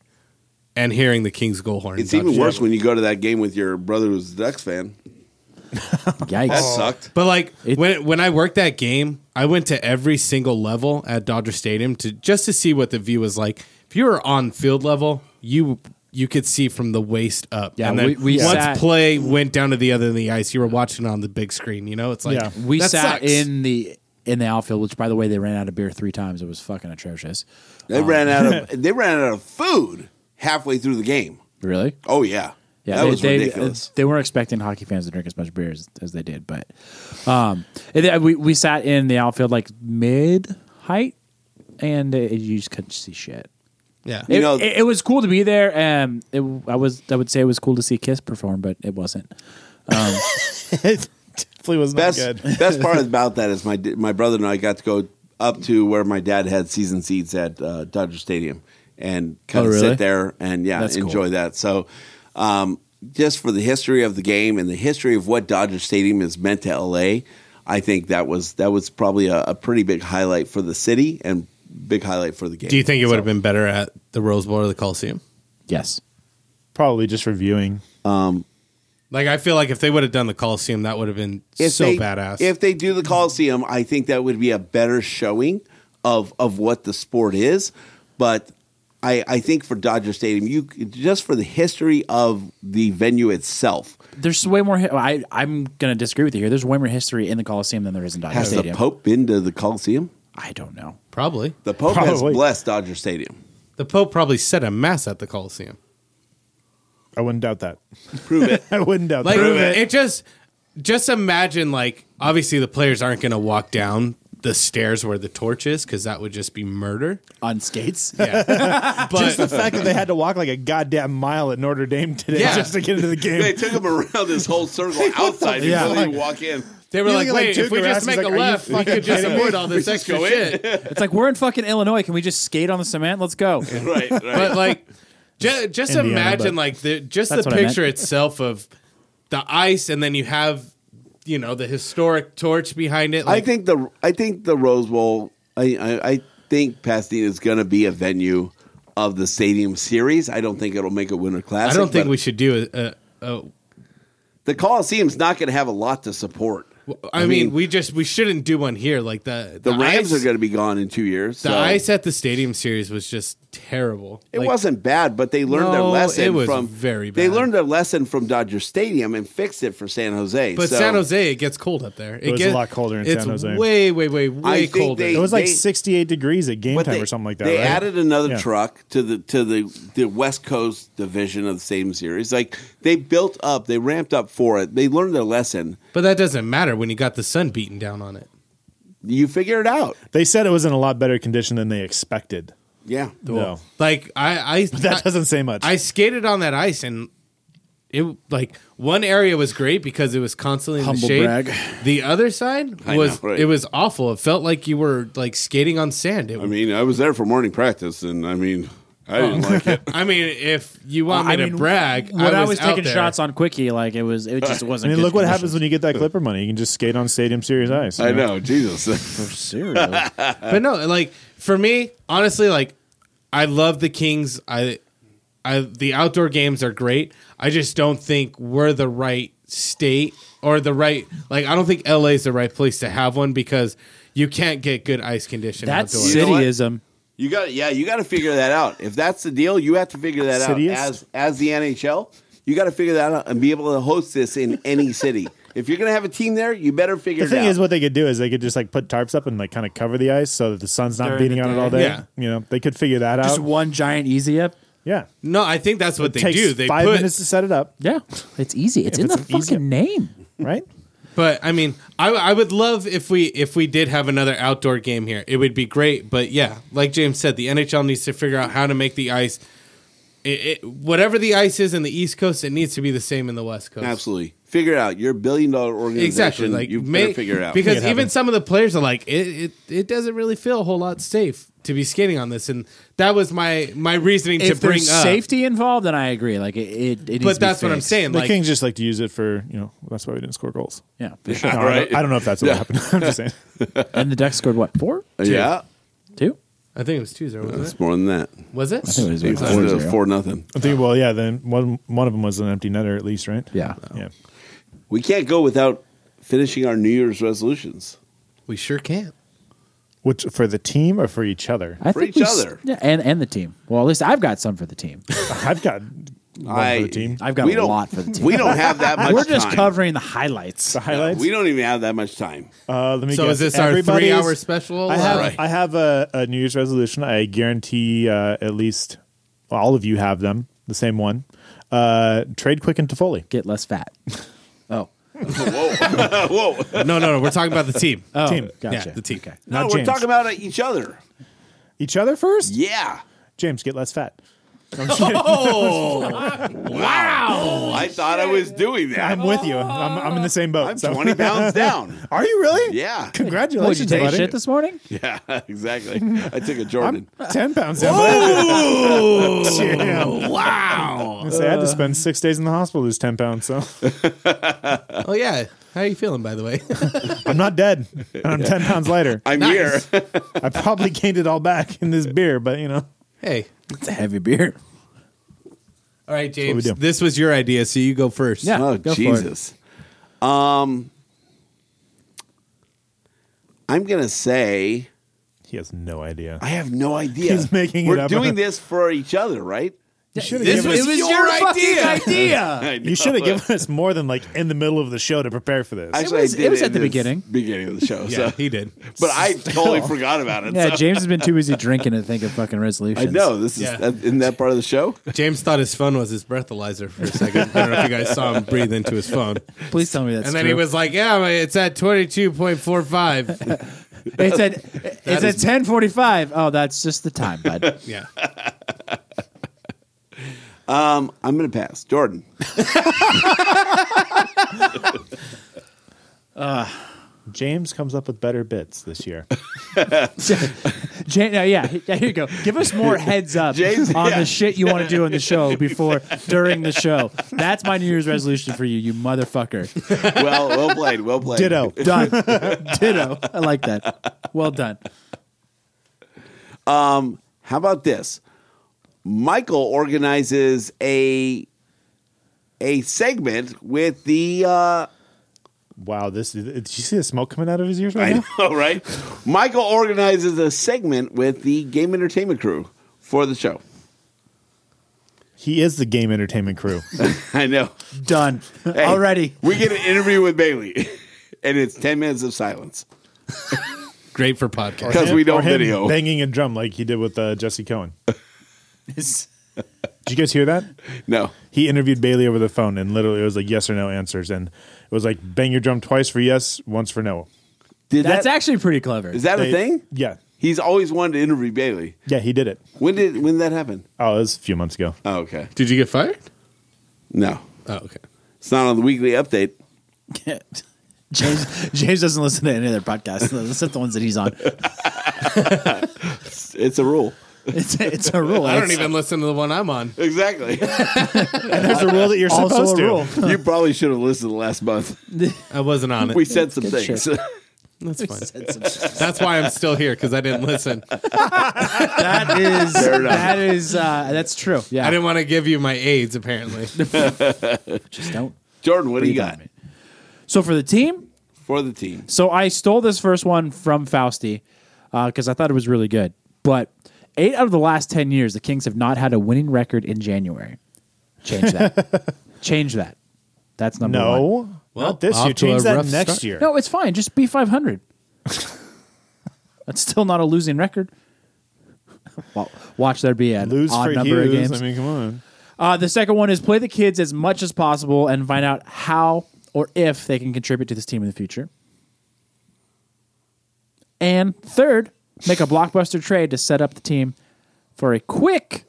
Speaker 3: and hearing the Kings go horn.
Speaker 7: It's even worse when you go to that game with your brother who's a Ducks fan.
Speaker 8: Yikes.
Speaker 7: That sucked.
Speaker 3: But like
Speaker 8: It-
Speaker 3: when when I worked that game, I went to every single level at Dodger Stadium to just to see what the view was like. If you were on field level, you you could see from the waist up.
Speaker 8: Yeah,
Speaker 3: and then
Speaker 8: we- we
Speaker 3: once
Speaker 8: sat-
Speaker 3: play went down to the other end of the ice, you were watching on the big screen. You know, it's like
Speaker 6: Yeah.
Speaker 8: We
Speaker 3: that
Speaker 8: sat
Speaker 3: sucks.
Speaker 8: in the in the outfield, which by the way, they ran out of beer three times. It was fucking atrocious.
Speaker 7: They ran out of they ran out of food halfway through the game.
Speaker 8: Really?
Speaker 7: Oh yeah.
Speaker 8: Yeah,
Speaker 7: that
Speaker 8: they,
Speaker 7: was
Speaker 8: they,
Speaker 7: ridiculous.
Speaker 8: They weren't expecting hockey fans to drink as much beer as, as they did, but um, and then we we sat in the outfield like mid height, and uh, you just couldn't see shit.
Speaker 3: yeah.
Speaker 8: it,
Speaker 7: You know-
Speaker 8: it, it was cool to be there. Um, it, I was I would say it was cool to see Kiss perform, but it wasn't.
Speaker 6: it definitely was not
Speaker 7: best
Speaker 6: good.
Speaker 8: [laughs]
Speaker 7: best part about that is my my brother and I got to go up to where my dad had season seats at uh, Dodger Stadium and kind
Speaker 8: Oh,
Speaker 7: of
Speaker 8: really?
Speaker 7: sit there and yeah
Speaker 8: That's cool.
Speaker 7: enjoy that. So um, just for the history of the game and the history of what Dodger Stadium is meant to LA, I think that was that was probably a, a pretty big highlight for the city and big highlight for the game.
Speaker 3: Do you think it would
Speaker 7: So-
Speaker 3: have been better at the Rose Bowl or the Coliseum?
Speaker 8: Yes,
Speaker 6: Probably just reviewing.
Speaker 3: Like I feel like if they would have done the Coliseum, that would have been
Speaker 7: If
Speaker 3: so
Speaker 7: they-
Speaker 3: badass.
Speaker 7: If they do the Coliseum, I think that would be a better showing of of what the sport is. But I, I think for Dodger Stadium, you just for the history of the venue itself,
Speaker 8: There's way more. hi- I I'm gonna disagree with you here. There's way more history in the Coliseum than there is in Dodger
Speaker 7: has
Speaker 8: Stadium.
Speaker 7: the Pope been to the Coliseum?
Speaker 8: I don't know.
Speaker 3: Probably
Speaker 7: the Pope
Speaker 3: Probably.
Speaker 7: has blessed Dodger Stadium.
Speaker 3: the Pope probably said a mass at the Coliseum.
Speaker 6: I wouldn't doubt that.
Speaker 7: Prove it.
Speaker 6: [laughs] I wouldn't doubt
Speaker 3: Like
Speaker 6: that.
Speaker 3: it. just just imagine like obviously the players aren't going to walk down the stairs where the torch is because that would just be murder
Speaker 8: on skates. [laughs]
Speaker 3: Yeah, but
Speaker 6: just the fact that they had to walk like a goddamn mile at Notre Dame today
Speaker 3: Yeah.
Speaker 6: just to get into the game.
Speaker 7: They took him around this whole [laughs] circle outside
Speaker 6: Yeah.
Speaker 7: before [laughs] they walk in.
Speaker 3: They were
Speaker 6: You
Speaker 3: like,
Speaker 6: look at, like,
Speaker 3: wait, if we
Speaker 6: Tuukka
Speaker 3: just
Speaker 6: Rask,
Speaker 3: make
Speaker 6: he's
Speaker 3: a
Speaker 6: like, are you
Speaker 3: left, we
Speaker 6: fucking
Speaker 3: could just
Speaker 6: kidding me?
Speaker 3: avoid all this
Speaker 7: Just
Speaker 3: extra
Speaker 7: go in.
Speaker 3: shit.
Speaker 8: It's like we're in fucking Illinois. Can we just skate on the cement? Let's go.
Speaker 7: Right, right.
Speaker 3: But like, ju- just
Speaker 6: Indiana,
Speaker 3: imagine
Speaker 6: but-
Speaker 3: like the just the
Speaker 8: That's what I meant.
Speaker 3: picture itself of the ice, and then you have, you know, the historic torch behind it. Like,
Speaker 7: I think the I think the Rose Bowl. I I, I think Pasadena is going to be a venue of the Stadium Series. I don't think it'll make a Winter
Speaker 3: I
Speaker 7: Classic.
Speaker 3: don't think
Speaker 7: but
Speaker 3: we should do a. a, a
Speaker 7: The Coliseum's not going to have a lot to support.
Speaker 3: I, mean, we just we shouldn't do one here. Like the
Speaker 7: the, Rams
Speaker 3: ice,
Speaker 7: are going to be gone in two years.
Speaker 3: The
Speaker 7: so
Speaker 3: ice at the stadium series was just terrible.
Speaker 7: It
Speaker 3: Like,
Speaker 7: wasn't bad, but they learned their
Speaker 3: No,
Speaker 7: lesson
Speaker 3: it was
Speaker 7: from
Speaker 3: very
Speaker 7: They
Speaker 3: bad.
Speaker 7: learned their lesson from Dodger Stadium and fixed it for San Jose.
Speaker 3: But
Speaker 7: So
Speaker 3: San Jose, it gets cold up there. It,
Speaker 6: was a
Speaker 3: gets
Speaker 6: lot colder in
Speaker 3: it's
Speaker 6: San Jose.
Speaker 3: Way, way, way, way
Speaker 7: think
Speaker 3: colder.
Speaker 7: they-
Speaker 6: it was like
Speaker 7: they-
Speaker 6: 68 degrees at game
Speaker 7: but
Speaker 6: time
Speaker 7: they-
Speaker 6: or something like that.
Speaker 7: They
Speaker 6: right?
Speaker 7: added another
Speaker 6: Yeah.
Speaker 7: truck to the to the the West Coast division of the same series. Like they built up, they ramped up for it. They learned their lesson.
Speaker 3: but that doesn't matter when you got the sun beating down on it.
Speaker 7: You figure it out.
Speaker 6: They said it was in a lot better condition than they expected.
Speaker 7: Yeah.
Speaker 6: [laughs] No,
Speaker 3: Like I, I
Speaker 6: that doesn't say much.
Speaker 3: I skated on that ice and it like one area was great because it was constantly in the
Speaker 8: Humble
Speaker 3: shade.
Speaker 8: brag.
Speaker 3: The other side
Speaker 7: I
Speaker 3: was
Speaker 7: know, right.
Speaker 3: it was awful. It felt like you were like skating on sand. It,
Speaker 7: I mean, I was there for morning practice, and I mean, I didn't
Speaker 3: Oh.
Speaker 7: like it.
Speaker 3: [laughs] I mean, if you want me
Speaker 8: I
Speaker 3: to
Speaker 8: mean,
Speaker 3: brag,
Speaker 8: When I was,
Speaker 3: out
Speaker 8: taking
Speaker 3: there.
Speaker 8: shots on Quickie, like it was, it just
Speaker 6: I
Speaker 8: wasn't.
Speaker 6: mean, look what happens when you get that Clipper money. You can just skate on Stadium Series ice.
Speaker 7: I know, Jesus. [laughs]
Speaker 6: [laughs]
Speaker 8: Serious.
Speaker 6: Uh,
Speaker 3: but no, like for me, honestly, like I love the Kings. I, I the outdoor games are great. I just don't think we're the right state or the right like. I don't think LA is the right place to have one because you can't get good ice condition
Speaker 8: That's
Speaker 3: outdoors.
Speaker 7: You know what?
Speaker 8: cityism.
Speaker 7: You got, yeah, you got to figure that out. If that's the deal, you have to figure that out
Speaker 6: Cityist?
Speaker 7: as as the NHL. You got to figure that out and be able to host this in any city. If you're gonna have a team there, you better figure
Speaker 6: The
Speaker 7: it
Speaker 6: thing
Speaker 7: out.
Speaker 6: is, what they could do is they could just like put tarps up and like kind of cover the ice so that the sun's not
Speaker 8: During
Speaker 6: beating
Speaker 8: the
Speaker 6: on it
Speaker 8: day.
Speaker 6: all day.
Speaker 3: Yeah.
Speaker 6: You know, they could figure that
Speaker 8: Just
Speaker 6: out.
Speaker 8: one giant easy up.
Speaker 6: yeah,
Speaker 3: No, I think that's what they
Speaker 6: takes
Speaker 3: do. They
Speaker 6: five
Speaker 3: put,
Speaker 6: minutes to set
Speaker 3: [laughs]
Speaker 6: it up,
Speaker 8: Yeah, it's easy. It's
Speaker 6: If
Speaker 8: in
Speaker 6: it's
Speaker 8: the
Speaker 6: an easy-
Speaker 8: fucking name.
Speaker 6: right?
Speaker 3: but I mean, I, I would love if we if we did have another outdoor game here. It would be great. But yeah, like James said, the NHL needs to figure out how to make the ice. It, it, whatever the ice is in the East Coast, it needs to be the same in the West Coast.
Speaker 7: Absolutely, figure it out. You're a billion dollar organization.
Speaker 3: Exactly. Like
Speaker 7: you
Speaker 3: may-
Speaker 7: better figure it out.
Speaker 3: because
Speaker 6: Make it
Speaker 3: even
Speaker 6: happen.
Speaker 3: some of the players are like, it, it it doesn't really feel a whole lot safe to be skating on this, and that was my my reasoning to
Speaker 8: If
Speaker 3: bring
Speaker 8: there's
Speaker 3: up.
Speaker 8: safety involved, then I agree. Like it, it, it needs to
Speaker 3: but
Speaker 8: be
Speaker 3: that's what I'm
Speaker 8: fixed.
Speaker 3: saying.
Speaker 6: The
Speaker 3: Like,
Speaker 6: Kings just like to use it for you know. That's why we didn't
Speaker 7: [laughs]
Speaker 6: score goals.
Speaker 8: Yeah,
Speaker 6: No, I,
Speaker 7: right.
Speaker 6: don't, I don't know if that's what
Speaker 7: Yeah.
Speaker 6: happened. [laughs] I'm just saying.
Speaker 8: and the Ducks scored what four,
Speaker 7: yeah,
Speaker 8: two?
Speaker 3: I think it was two zero, wasn't
Speaker 7: it's more than that.
Speaker 3: it? Was it?
Speaker 8: think it was-
Speaker 7: It's
Speaker 8: Four
Speaker 7: four,
Speaker 8: zero.
Speaker 7: nothing.
Speaker 6: I think. Well, yeah. Then one one of them was an empty netter, at least, right?
Speaker 8: Yeah.
Speaker 6: Yeah.
Speaker 7: We can't go without finishing our New Year's resolutions.
Speaker 3: we sure can't.
Speaker 6: Which for the team or for each other?
Speaker 8: I
Speaker 7: For
Speaker 8: think
Speaker 7: each
Speaker 8: we s-
Speaker 7: other.
Speaker 8: Yeah, and and the team. Well, at least I've got some for the team.
Speaker 6: I've got one
Speaker 7: I-
Speaker 6: for the team.
Speaker 8: I've got
Speaker 7: We
Speaker 8: a
Speaker 7: don't-
Speaker 8: lot for the team.
Speaker 7: We don't have that much.
Speaker 8: We're just
Speaker 7: time.
Speaker 8: covering the highlights.
Speaker 6: The highlights.
Speaker 7: We don't even have that much time.
Speaker 6: Uh, let me
Speaker 3: So
Speaker 6: guess.
Speaker 3: is this our
Speaker 6: Everybody's-
Speaker 3: three-hour special?
Speaker 6: I have
Speaker 7: Right.
Speaker 6: I have a, a New Year's resolution. I guarantee uh, at least all of you have them. The same one. Uh, trade Quick and Toffoli.
Speaker 8: Get less fat. Oh,
Speaker 7: [laughs] Whoa!
Speaker 3: no, no, no. We're talking about the team.
Speaker 8: oh,
Speaker 6: Team.
Speaker 8: Gotcha.
Speaker 3: Yeah, the team.
Speaker 8: Okay.
Speaker 7: no,
Speaker 6: Not
Speaker 7: we're
Speaker 6: James.
Speaker 7: talking about each other.
Speaker 6: Each other first.
Speaker 7: Yeah.
Speaker 6: James, get less fat.
Speaker 7: Wow. I thought I was doing that. [laughs]
Speaker 6: I'm with you. I'm, I'm in the same boat.
Speaker 7: I'm
Speaker 6: so.
Speaker 7: 20
Speaker 6: [laughs]
Speaker 7: pounds down.
Speaker 6: Are you really?
Speaker 7: Yeah.
Speaker 8: Oh, did you
Speaker 6: Congratulations,
Speaker 8: take a
Speaker 6: buddy.
Speaker 8: shit this morning?
Speaker 7: Yeah, [laughs]
Speaker 6: [laughs]
Speaker 7: exactly. I took a Jordan.
Speaker 6: I'm 10 pounds down. [laughs] Damn.
Speaker 3: Wow.
Speaker 6: I had to spend six days in the hospital to lose 10 pounds, so [laughs]
Speaker 3: oh yeah. How are you feeling, by the [laughs] way?
Speaker 6: I'm not dead. And I'm 10 pounds lighter.
Speaker 7: I'm
Speaker 3: [laughs]
Speaker 7: here.
Speaker 6: I probably gained it all back in this beer, but you know.
Speaker 8: [laughs]
Speaker 3: hey,
Speaker 8: It's a heavy beer.
Speaker 3: All right,
Speaker 7: what we
Speaker 3: James.
Speaker 7: do.
Speaker 3: This was your idea, so you go first.
Speaker 7: oh Jesus. Um, I'm gonna say
Speaker 6: he has no idea.
Speaker 7: I have no idea.
Speaker 6: He's making it
Speaker 7: We're
Speaker 6: up.
Speaker 7: doing this for each other, right?
Speaker 6: should've This given was- us- it was your
Speaker 7: fucking [laughs] I know.
Speaker 6: you should have given us more than like in the middle of the show to prepare for this.
Speaker 7: Actually, I did in beginning of the show.
Speaker 6: Yeah,
Speaker 7: so.
Speaker 6: he did.
Speaker 7: but I totally forgot about it.
Speaker 8: Yeah,
Speaker 7: so.
Speaker 8: James has been too busy drinking and thinking fucking
Speaker 7: I
Speaker 8: resolutions.
Speaker 7: know this is that, isn't that part of the
Speaker 6: [laughs]
Speaker 7: show?
Speaker 3: James thought his phone was his breathalyzer for a second. I don't know if you guys saw him breathe into his [laughs] phone.
Speaker 8: Please tell me that's
Speaker 3: and then he
Speaker 8: true.
Speaker 3: was like, "Yeah, it's at twenty two point four five. [laughs]
Speaker 8: It's at it's at ten forty five. Oh, that's just the time,
Speaker 3: [laughs]
Speaker 8: bud.
Speaker 3: yeah.
Speaker 7: Um, I'm gonna pass, Jordan.
Speaker 6: Uh, James comes up with better bits this year.
Speaker 8: Jane, no, yeah, yeah, here you go. Give us more heads up
Speaker 6: James-
Speaker 8: on
Speaker 6: yeah.
Speaker 8: the shit you want to do on the show before, during the show. That's my New Year's resolution for you, you motherfucker.
Speaker 7: well, well played, well played.
Speaker 8: Ditto. Done. Ditto. I like that. Well done.
Speaker 7: Um, how about this? Michael organizes a a segment with the. Uh,
Speaker 6: wow, this is- did you see the smoke coming out of his ears right
Speaker 7: I
Speaker 6: now?
Speaker 7: know, right? Michael organizes a segment with the game entertainment crew for the show. [laughs]
Speaker 6: He is the game
Speaker 7: [laughs]
Speaker 6: entertainment crew.
Speaker 7: I know.
Speaker 8: Done
Speaker 7: already. We get an interview with Bailey, [laughs] and it's ten minutes of silence.
Speaker 3: Great for podcast
Speaker 7: because we don't video.
Speaker 6: banging a drum like he did with uh,
Speaker 7: [laughs]
Speaker 6: Jesse Cohen.
Speaker 8: did
Speaker 6: you guys hear that?
Speaker 7: No.
Speaker 6: He interviewed Bailey over the phone, and literally it was like yes or no answers, and it was like bang your drum twice for yes, once for no.
Speaker 8: That's actually pretty clever.
Speaker 7: Is that a
Speaker 6: They-
Speaker 7: thing?
Speaker 6: Yeah.
Speaker 7: He's always wanted to interview Bailey.
Speaker 6: Yeah, he did it.
Speaker 7: When did when did that happen?
Speaker 6: Oh, it was a few months ago.
Speaker 7: Oh, okay.
Speaker 3: Did you get fired?
Speaker 7: No.
Speaker 3: Oh, okay.
Speaker 7: It's not on the weekly update.
Speaker 8: [laughs] James James doesn't listen to any other podcasts except the ones that he's on.
Speaker 7: It's a rule.
Speaker 8: It's a, it's a
Speaker 3: [laughs]
Speaker 8: rule.
Speaker 3: I don't
Speaker 8: It's-
Speaker 3: even listen to the one I'm on.
Speaker 7: Exactly.
Speaker 3: and
Speaker 6: there's a rule that you're
Speaker 3: Also supposed a to. rule.
Speaker 7: [laughs] you probably should have listened to last month.
Speaker 3: I wasn't on it.
Speaker 7: We said some
Speaker 3: Good
Speaker 7: things.
Speaker 3: shit. That's fine. That's why I'm still here because I didn't listen.
Speaker 8: That is
Speaker 3: Fair enough.
Speaker 8: that is uh, that's true. Yeah.
Speaker 3: I didn't want to give you my AIDS. Apparently,
Speaker 8: just don't.
Speaker 7: [laughs] Jordan, what do you
Speaker 8: Breathe on
Speaker 7: got
Speaker 8: So for the team,
Speaker 7: for the team?
Speaker 8: So I stole this first one from Fausti because I thought it was really good. But eight out of the last 10 years, the Kings have not had a winning record in January.
Speaker 3: [laughs]
Speaker 8: Change that. Change that. That's number
Speaker 6: No,
Speaker 8: one.
Speaker 6: Well, not this off year. to a Change that rough next start. year.
Speaker 8: No, it's fine. Just be 500. [laughs] That's still not a losing record. Wa- Watch there be an
Speaker 6: Lose
Speaker 8: odd
Speaker 6: for
Speaker 8: number of
Speaker 6: Hughes.
Speaker 8: games.
Speaker 6: I mean, come on.
Speaker 8: Uh, the second one is play the kids as much as possible and find out how or if they can contribute to this team in the future. And third, make a blockbuster trade to set up the team for a quick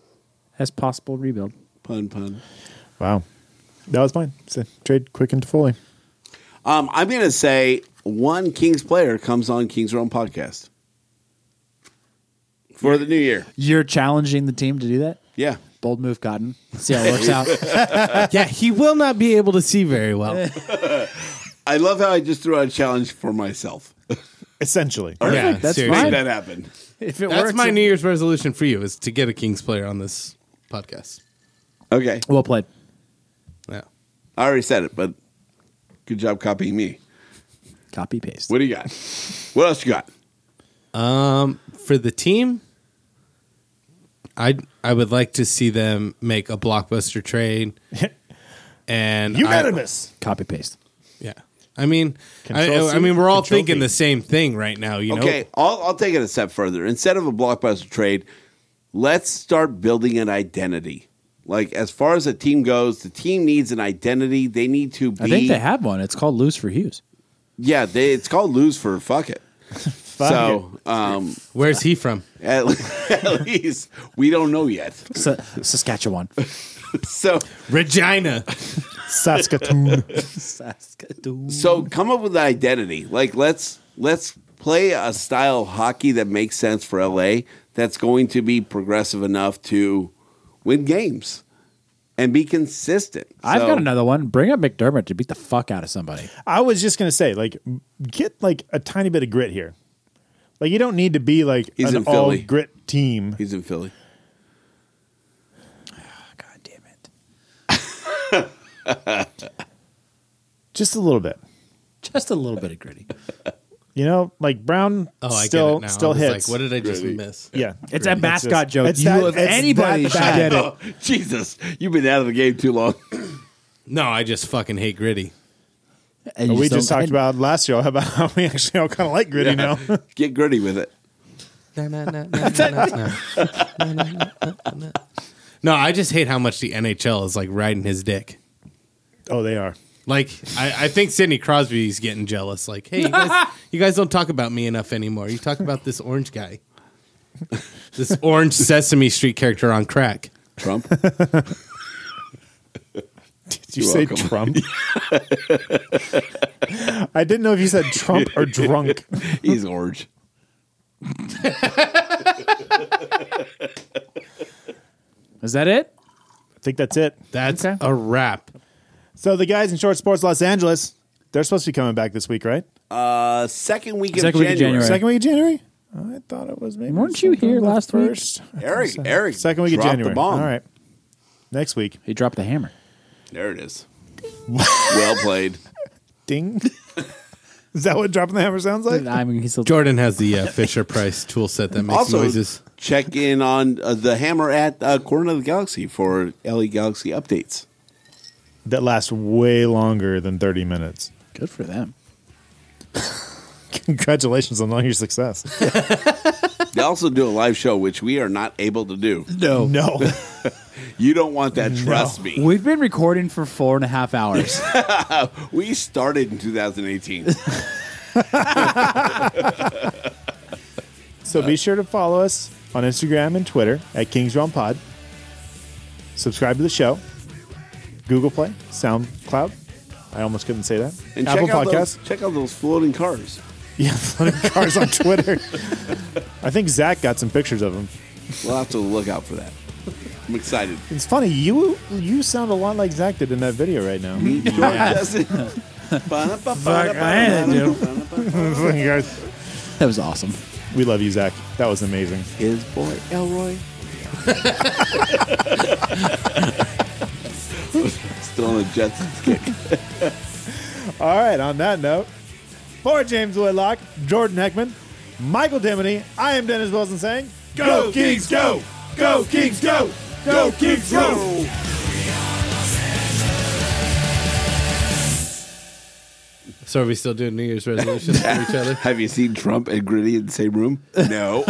Speaker 8: as possible rebuild.
Speaker 7: Pun pun.
Speaker 6: Wow, that was mine. So, trade quick and fully.
Speaker 7: Um, I'm gonna say one Kings player comes on Kings Realm podcast. For the new year.
Speaker 8: You're challenging the team to do that?
Speaker 7: Yeah.
Speaker 8: Bold move, Cotton. Let's see how it
Speaker 3: [laughs]
Speaker 8: works out.
Speaker 3: [laughs] yeah, he will not be able to see very well.
Speaker 7: I love how I just threw out a challenge for myself.
Speaker 6: Essentially. [laughs]
Speaker 3: Yeah,
Speaker 7: that's
Speaker 3: seriously.
Speaker 7: Make that happen.
Speaker 8: If it
Speaker 3: That's
Speaker 8: works,
Speaker 3: my
Speaker 8: it-
Speaker 3: New Year's resolution for you is to get a Kings player on this podcast.
Speaker 7: Okay.
Speaker 8: Well played.
Speaker 3: Yeah.
Speaker 7: I already said it, but good job copying me.
Speaker 8: Copy paste.
Speaker 7: What do you got? What else you got?
Speaker 3: Um, for the team, I I would like to see them make a blockbuster trade, and I-
Speaker 8: Copy paste.
Speaker 3: yeah, I mean,
Speaker 7: Control
Speaker 3: I,
Speaker 7: C,
Speaker 3: I mean, we're all
Speaker 7: control
Speaker 3: thinking
Speaker 7: V.
Speaker 3: the same thing right now. You
Speaker 7: okay, I'll, I'll take it a step further. Instead of a blockbuster trade, let's start building an identity. Like as far as a team goes, the team needs an identity. They need to be.
Speaker 8: I think they have one. It's called Lose for Hughes.
Speaker 7: Yeah, they, it's called lose for fuck
Speaker 8: [laughs]
Speaker 7: it. so, um,
Speaker 3: where's he from?
Speaker 7: At, [laughs] at least we don't know yet.
Speaker 3: [laughs]
Speaker 8: Saskatchewan.
Speaker 7: So
Speaker 3: know, Regina,
Speaker 6: Saskatoon.
Speaker 7: So come up with an identity. Like let's let's play a style of hockey that makes sense for LA that's going to be progressive enough to win games and be consistent.
Speaker 8: I've
Speaker 7: So-
Speaker 8: got another one. Bring up McDermott to beat the fuck out of somebody.
Speaker 6: I was just gonna say, like, get like a tiny bit of grit here. Like, you don't need to be like
Speaker 7: He's
Speaker 6: an
Speaker 7: in Philly.
Speaker 6: all grit team.
Speaker 8: Oh,
Speaker 7: He's in Philly.
Speaker 6: Just a little bit.
Speaker 8: Just a little bit of gritty.
Speaker 6: You know, like Brown
Speaker 3: Oh, I get
Speaker 6: still
Speaker 3: it now.
Speaker 6: still
Speaker 3: I was
Speaker 6: hits.
Speaker 3: like, what did I just Gritty. miss?
Speaker 6: Yeah,
Speaker 8: It's that mascot joke. You of anybody should
Speaker 6: bad.
Speaker 8: get it.
Speaker 7: [laughs] Oh, Jesus, you've been out of the game too long. [laughs]
Speaker 3: No, I just fucking hate gritty.
Speaker 6: But we just talked about last show about [laughs] how we actually all kind of like gritty
Speaker 7: Yeah.
Speaker 8: [laughs]
Speaker 6: now.
Speaker 7: Get gritty with it.
Speaker 3: No, I just hate how much the NHL is like riding his dick.
Speaker 6: Oh, they are.
Speaker 3: Like, I, I think Sidney Crosby's getting jealous. Like, hey, you guys, you guys don't talk about me enough anymore. You talk about this orange guy, this orange Sesame Street character on crack.
Speaker 7: Trump.
Speaker 8: [laughs]
Speaker 6: Did you say Trump? [laughs] I didn't know if you said Trump or
Speaker 8: [laughs]
Speaker 6: drunk.
Speaker 7: He's orange.
Speaker 8: Is that it?
Speaker 6: I think that's it.
Speaker 3: That's a wrap.
Speaker 6: So the guys in Short Sports Los Angeles, they're supposed to be coming back this week, right?
Speaker 7: Uh, second week,
Speaker 8: Second
Speaker 7: of,
Speaker 8: week of
Speaker 7: January.
Speaker 8: January.
Speaker 6: Second week of January. I thought it was maybe.
Speaker 8: Weren't you
Speaker 6: something
Speaker 8: here
Speaker 6: about
Speaker 8: last week?
Speaker 6: first.
Speaker 7: Eric, Eric,
Speaker 6: Second week of
Speaker 7: dropped
Speaker 6: January.
Speaker 7: The bomb.
Speaker 6: All right. Next week.
Speaker 8: He dropped the hammer.
Speaker 7: there it is. well
Speaker 8: [laughs]
Speaker 7: played.
Speaker 6: Ding. [laughs] Is that what dropping the hammer sounds like?
Speaker 8: I mean, he's a,
Speaker 3: Jordan has the uh, Fisher Price tool set that makes
Speaker 7: also,
Speaker 3: noises.
Speaker 7: check in on uh, the Hammer at uh, Corner of the Galaxy for LA Galaxy updates.
Speaker 6: That lasts way longer than 30 minutes. [laughs]
Speaker 8: good for them.
Speaker 6: Congratulations on all your success.
Speaker 7: [laughs] They also do a live show, which we are not able to do.
Speaker 6: No.
Speaker 7: [laughs]
Speaker 6: No.
Speaker 7: You don't want that, trust me.
Speaker 8: We've been recording for four and a half hours.
Speaker 7: We started in 2018.
Speaker 6: So be sure to follow us on Instagram and Twitter at Kings Realm Pod. Subscribe to the show. Google Play, SoundCloud. I almost couldn't say that.
Speaker 7: And
Speaker 6: [laughs] Apple
Speaker 7: check out
Speaker 6: Podcasts.
Speaker 7: Those, check out those floating cars.
Speaker 6: Yeah, floating cars on Twitter. [laughs] I think Zach got some pictures of them.
Speaker 7: We'll have to look out for that. I'm
Speaker 6: [laughs]
Speaker 7: excited.
Speaker 6: It's funny you you sound a lot like Zach did in that video right now.
Speaker 7: Jordan doesn't. Mm-hmm.
Speaker 6: [laughs] Guys,
Speaker 8: that was awesome.
Speaker 6: we love you, Zach. That was amazing.
Speaker 7: His boy
Speaker 6: [laughs]
Speaker 7: Elroy. Still on the Jets kick.
Speaker 6: All right. On that note, for James Whitlock, Jordan Heckman, Michael Dimity, I am Dennis Wilson saying, Go Kings, go! Go Kings, go! Go Kings, go!
Speaker 3: So are we still doing New Year's resolutions for each other?
Speaker 6: [laughs]
Speaker 7: Have you seen Trump and Gritty in the same room? No.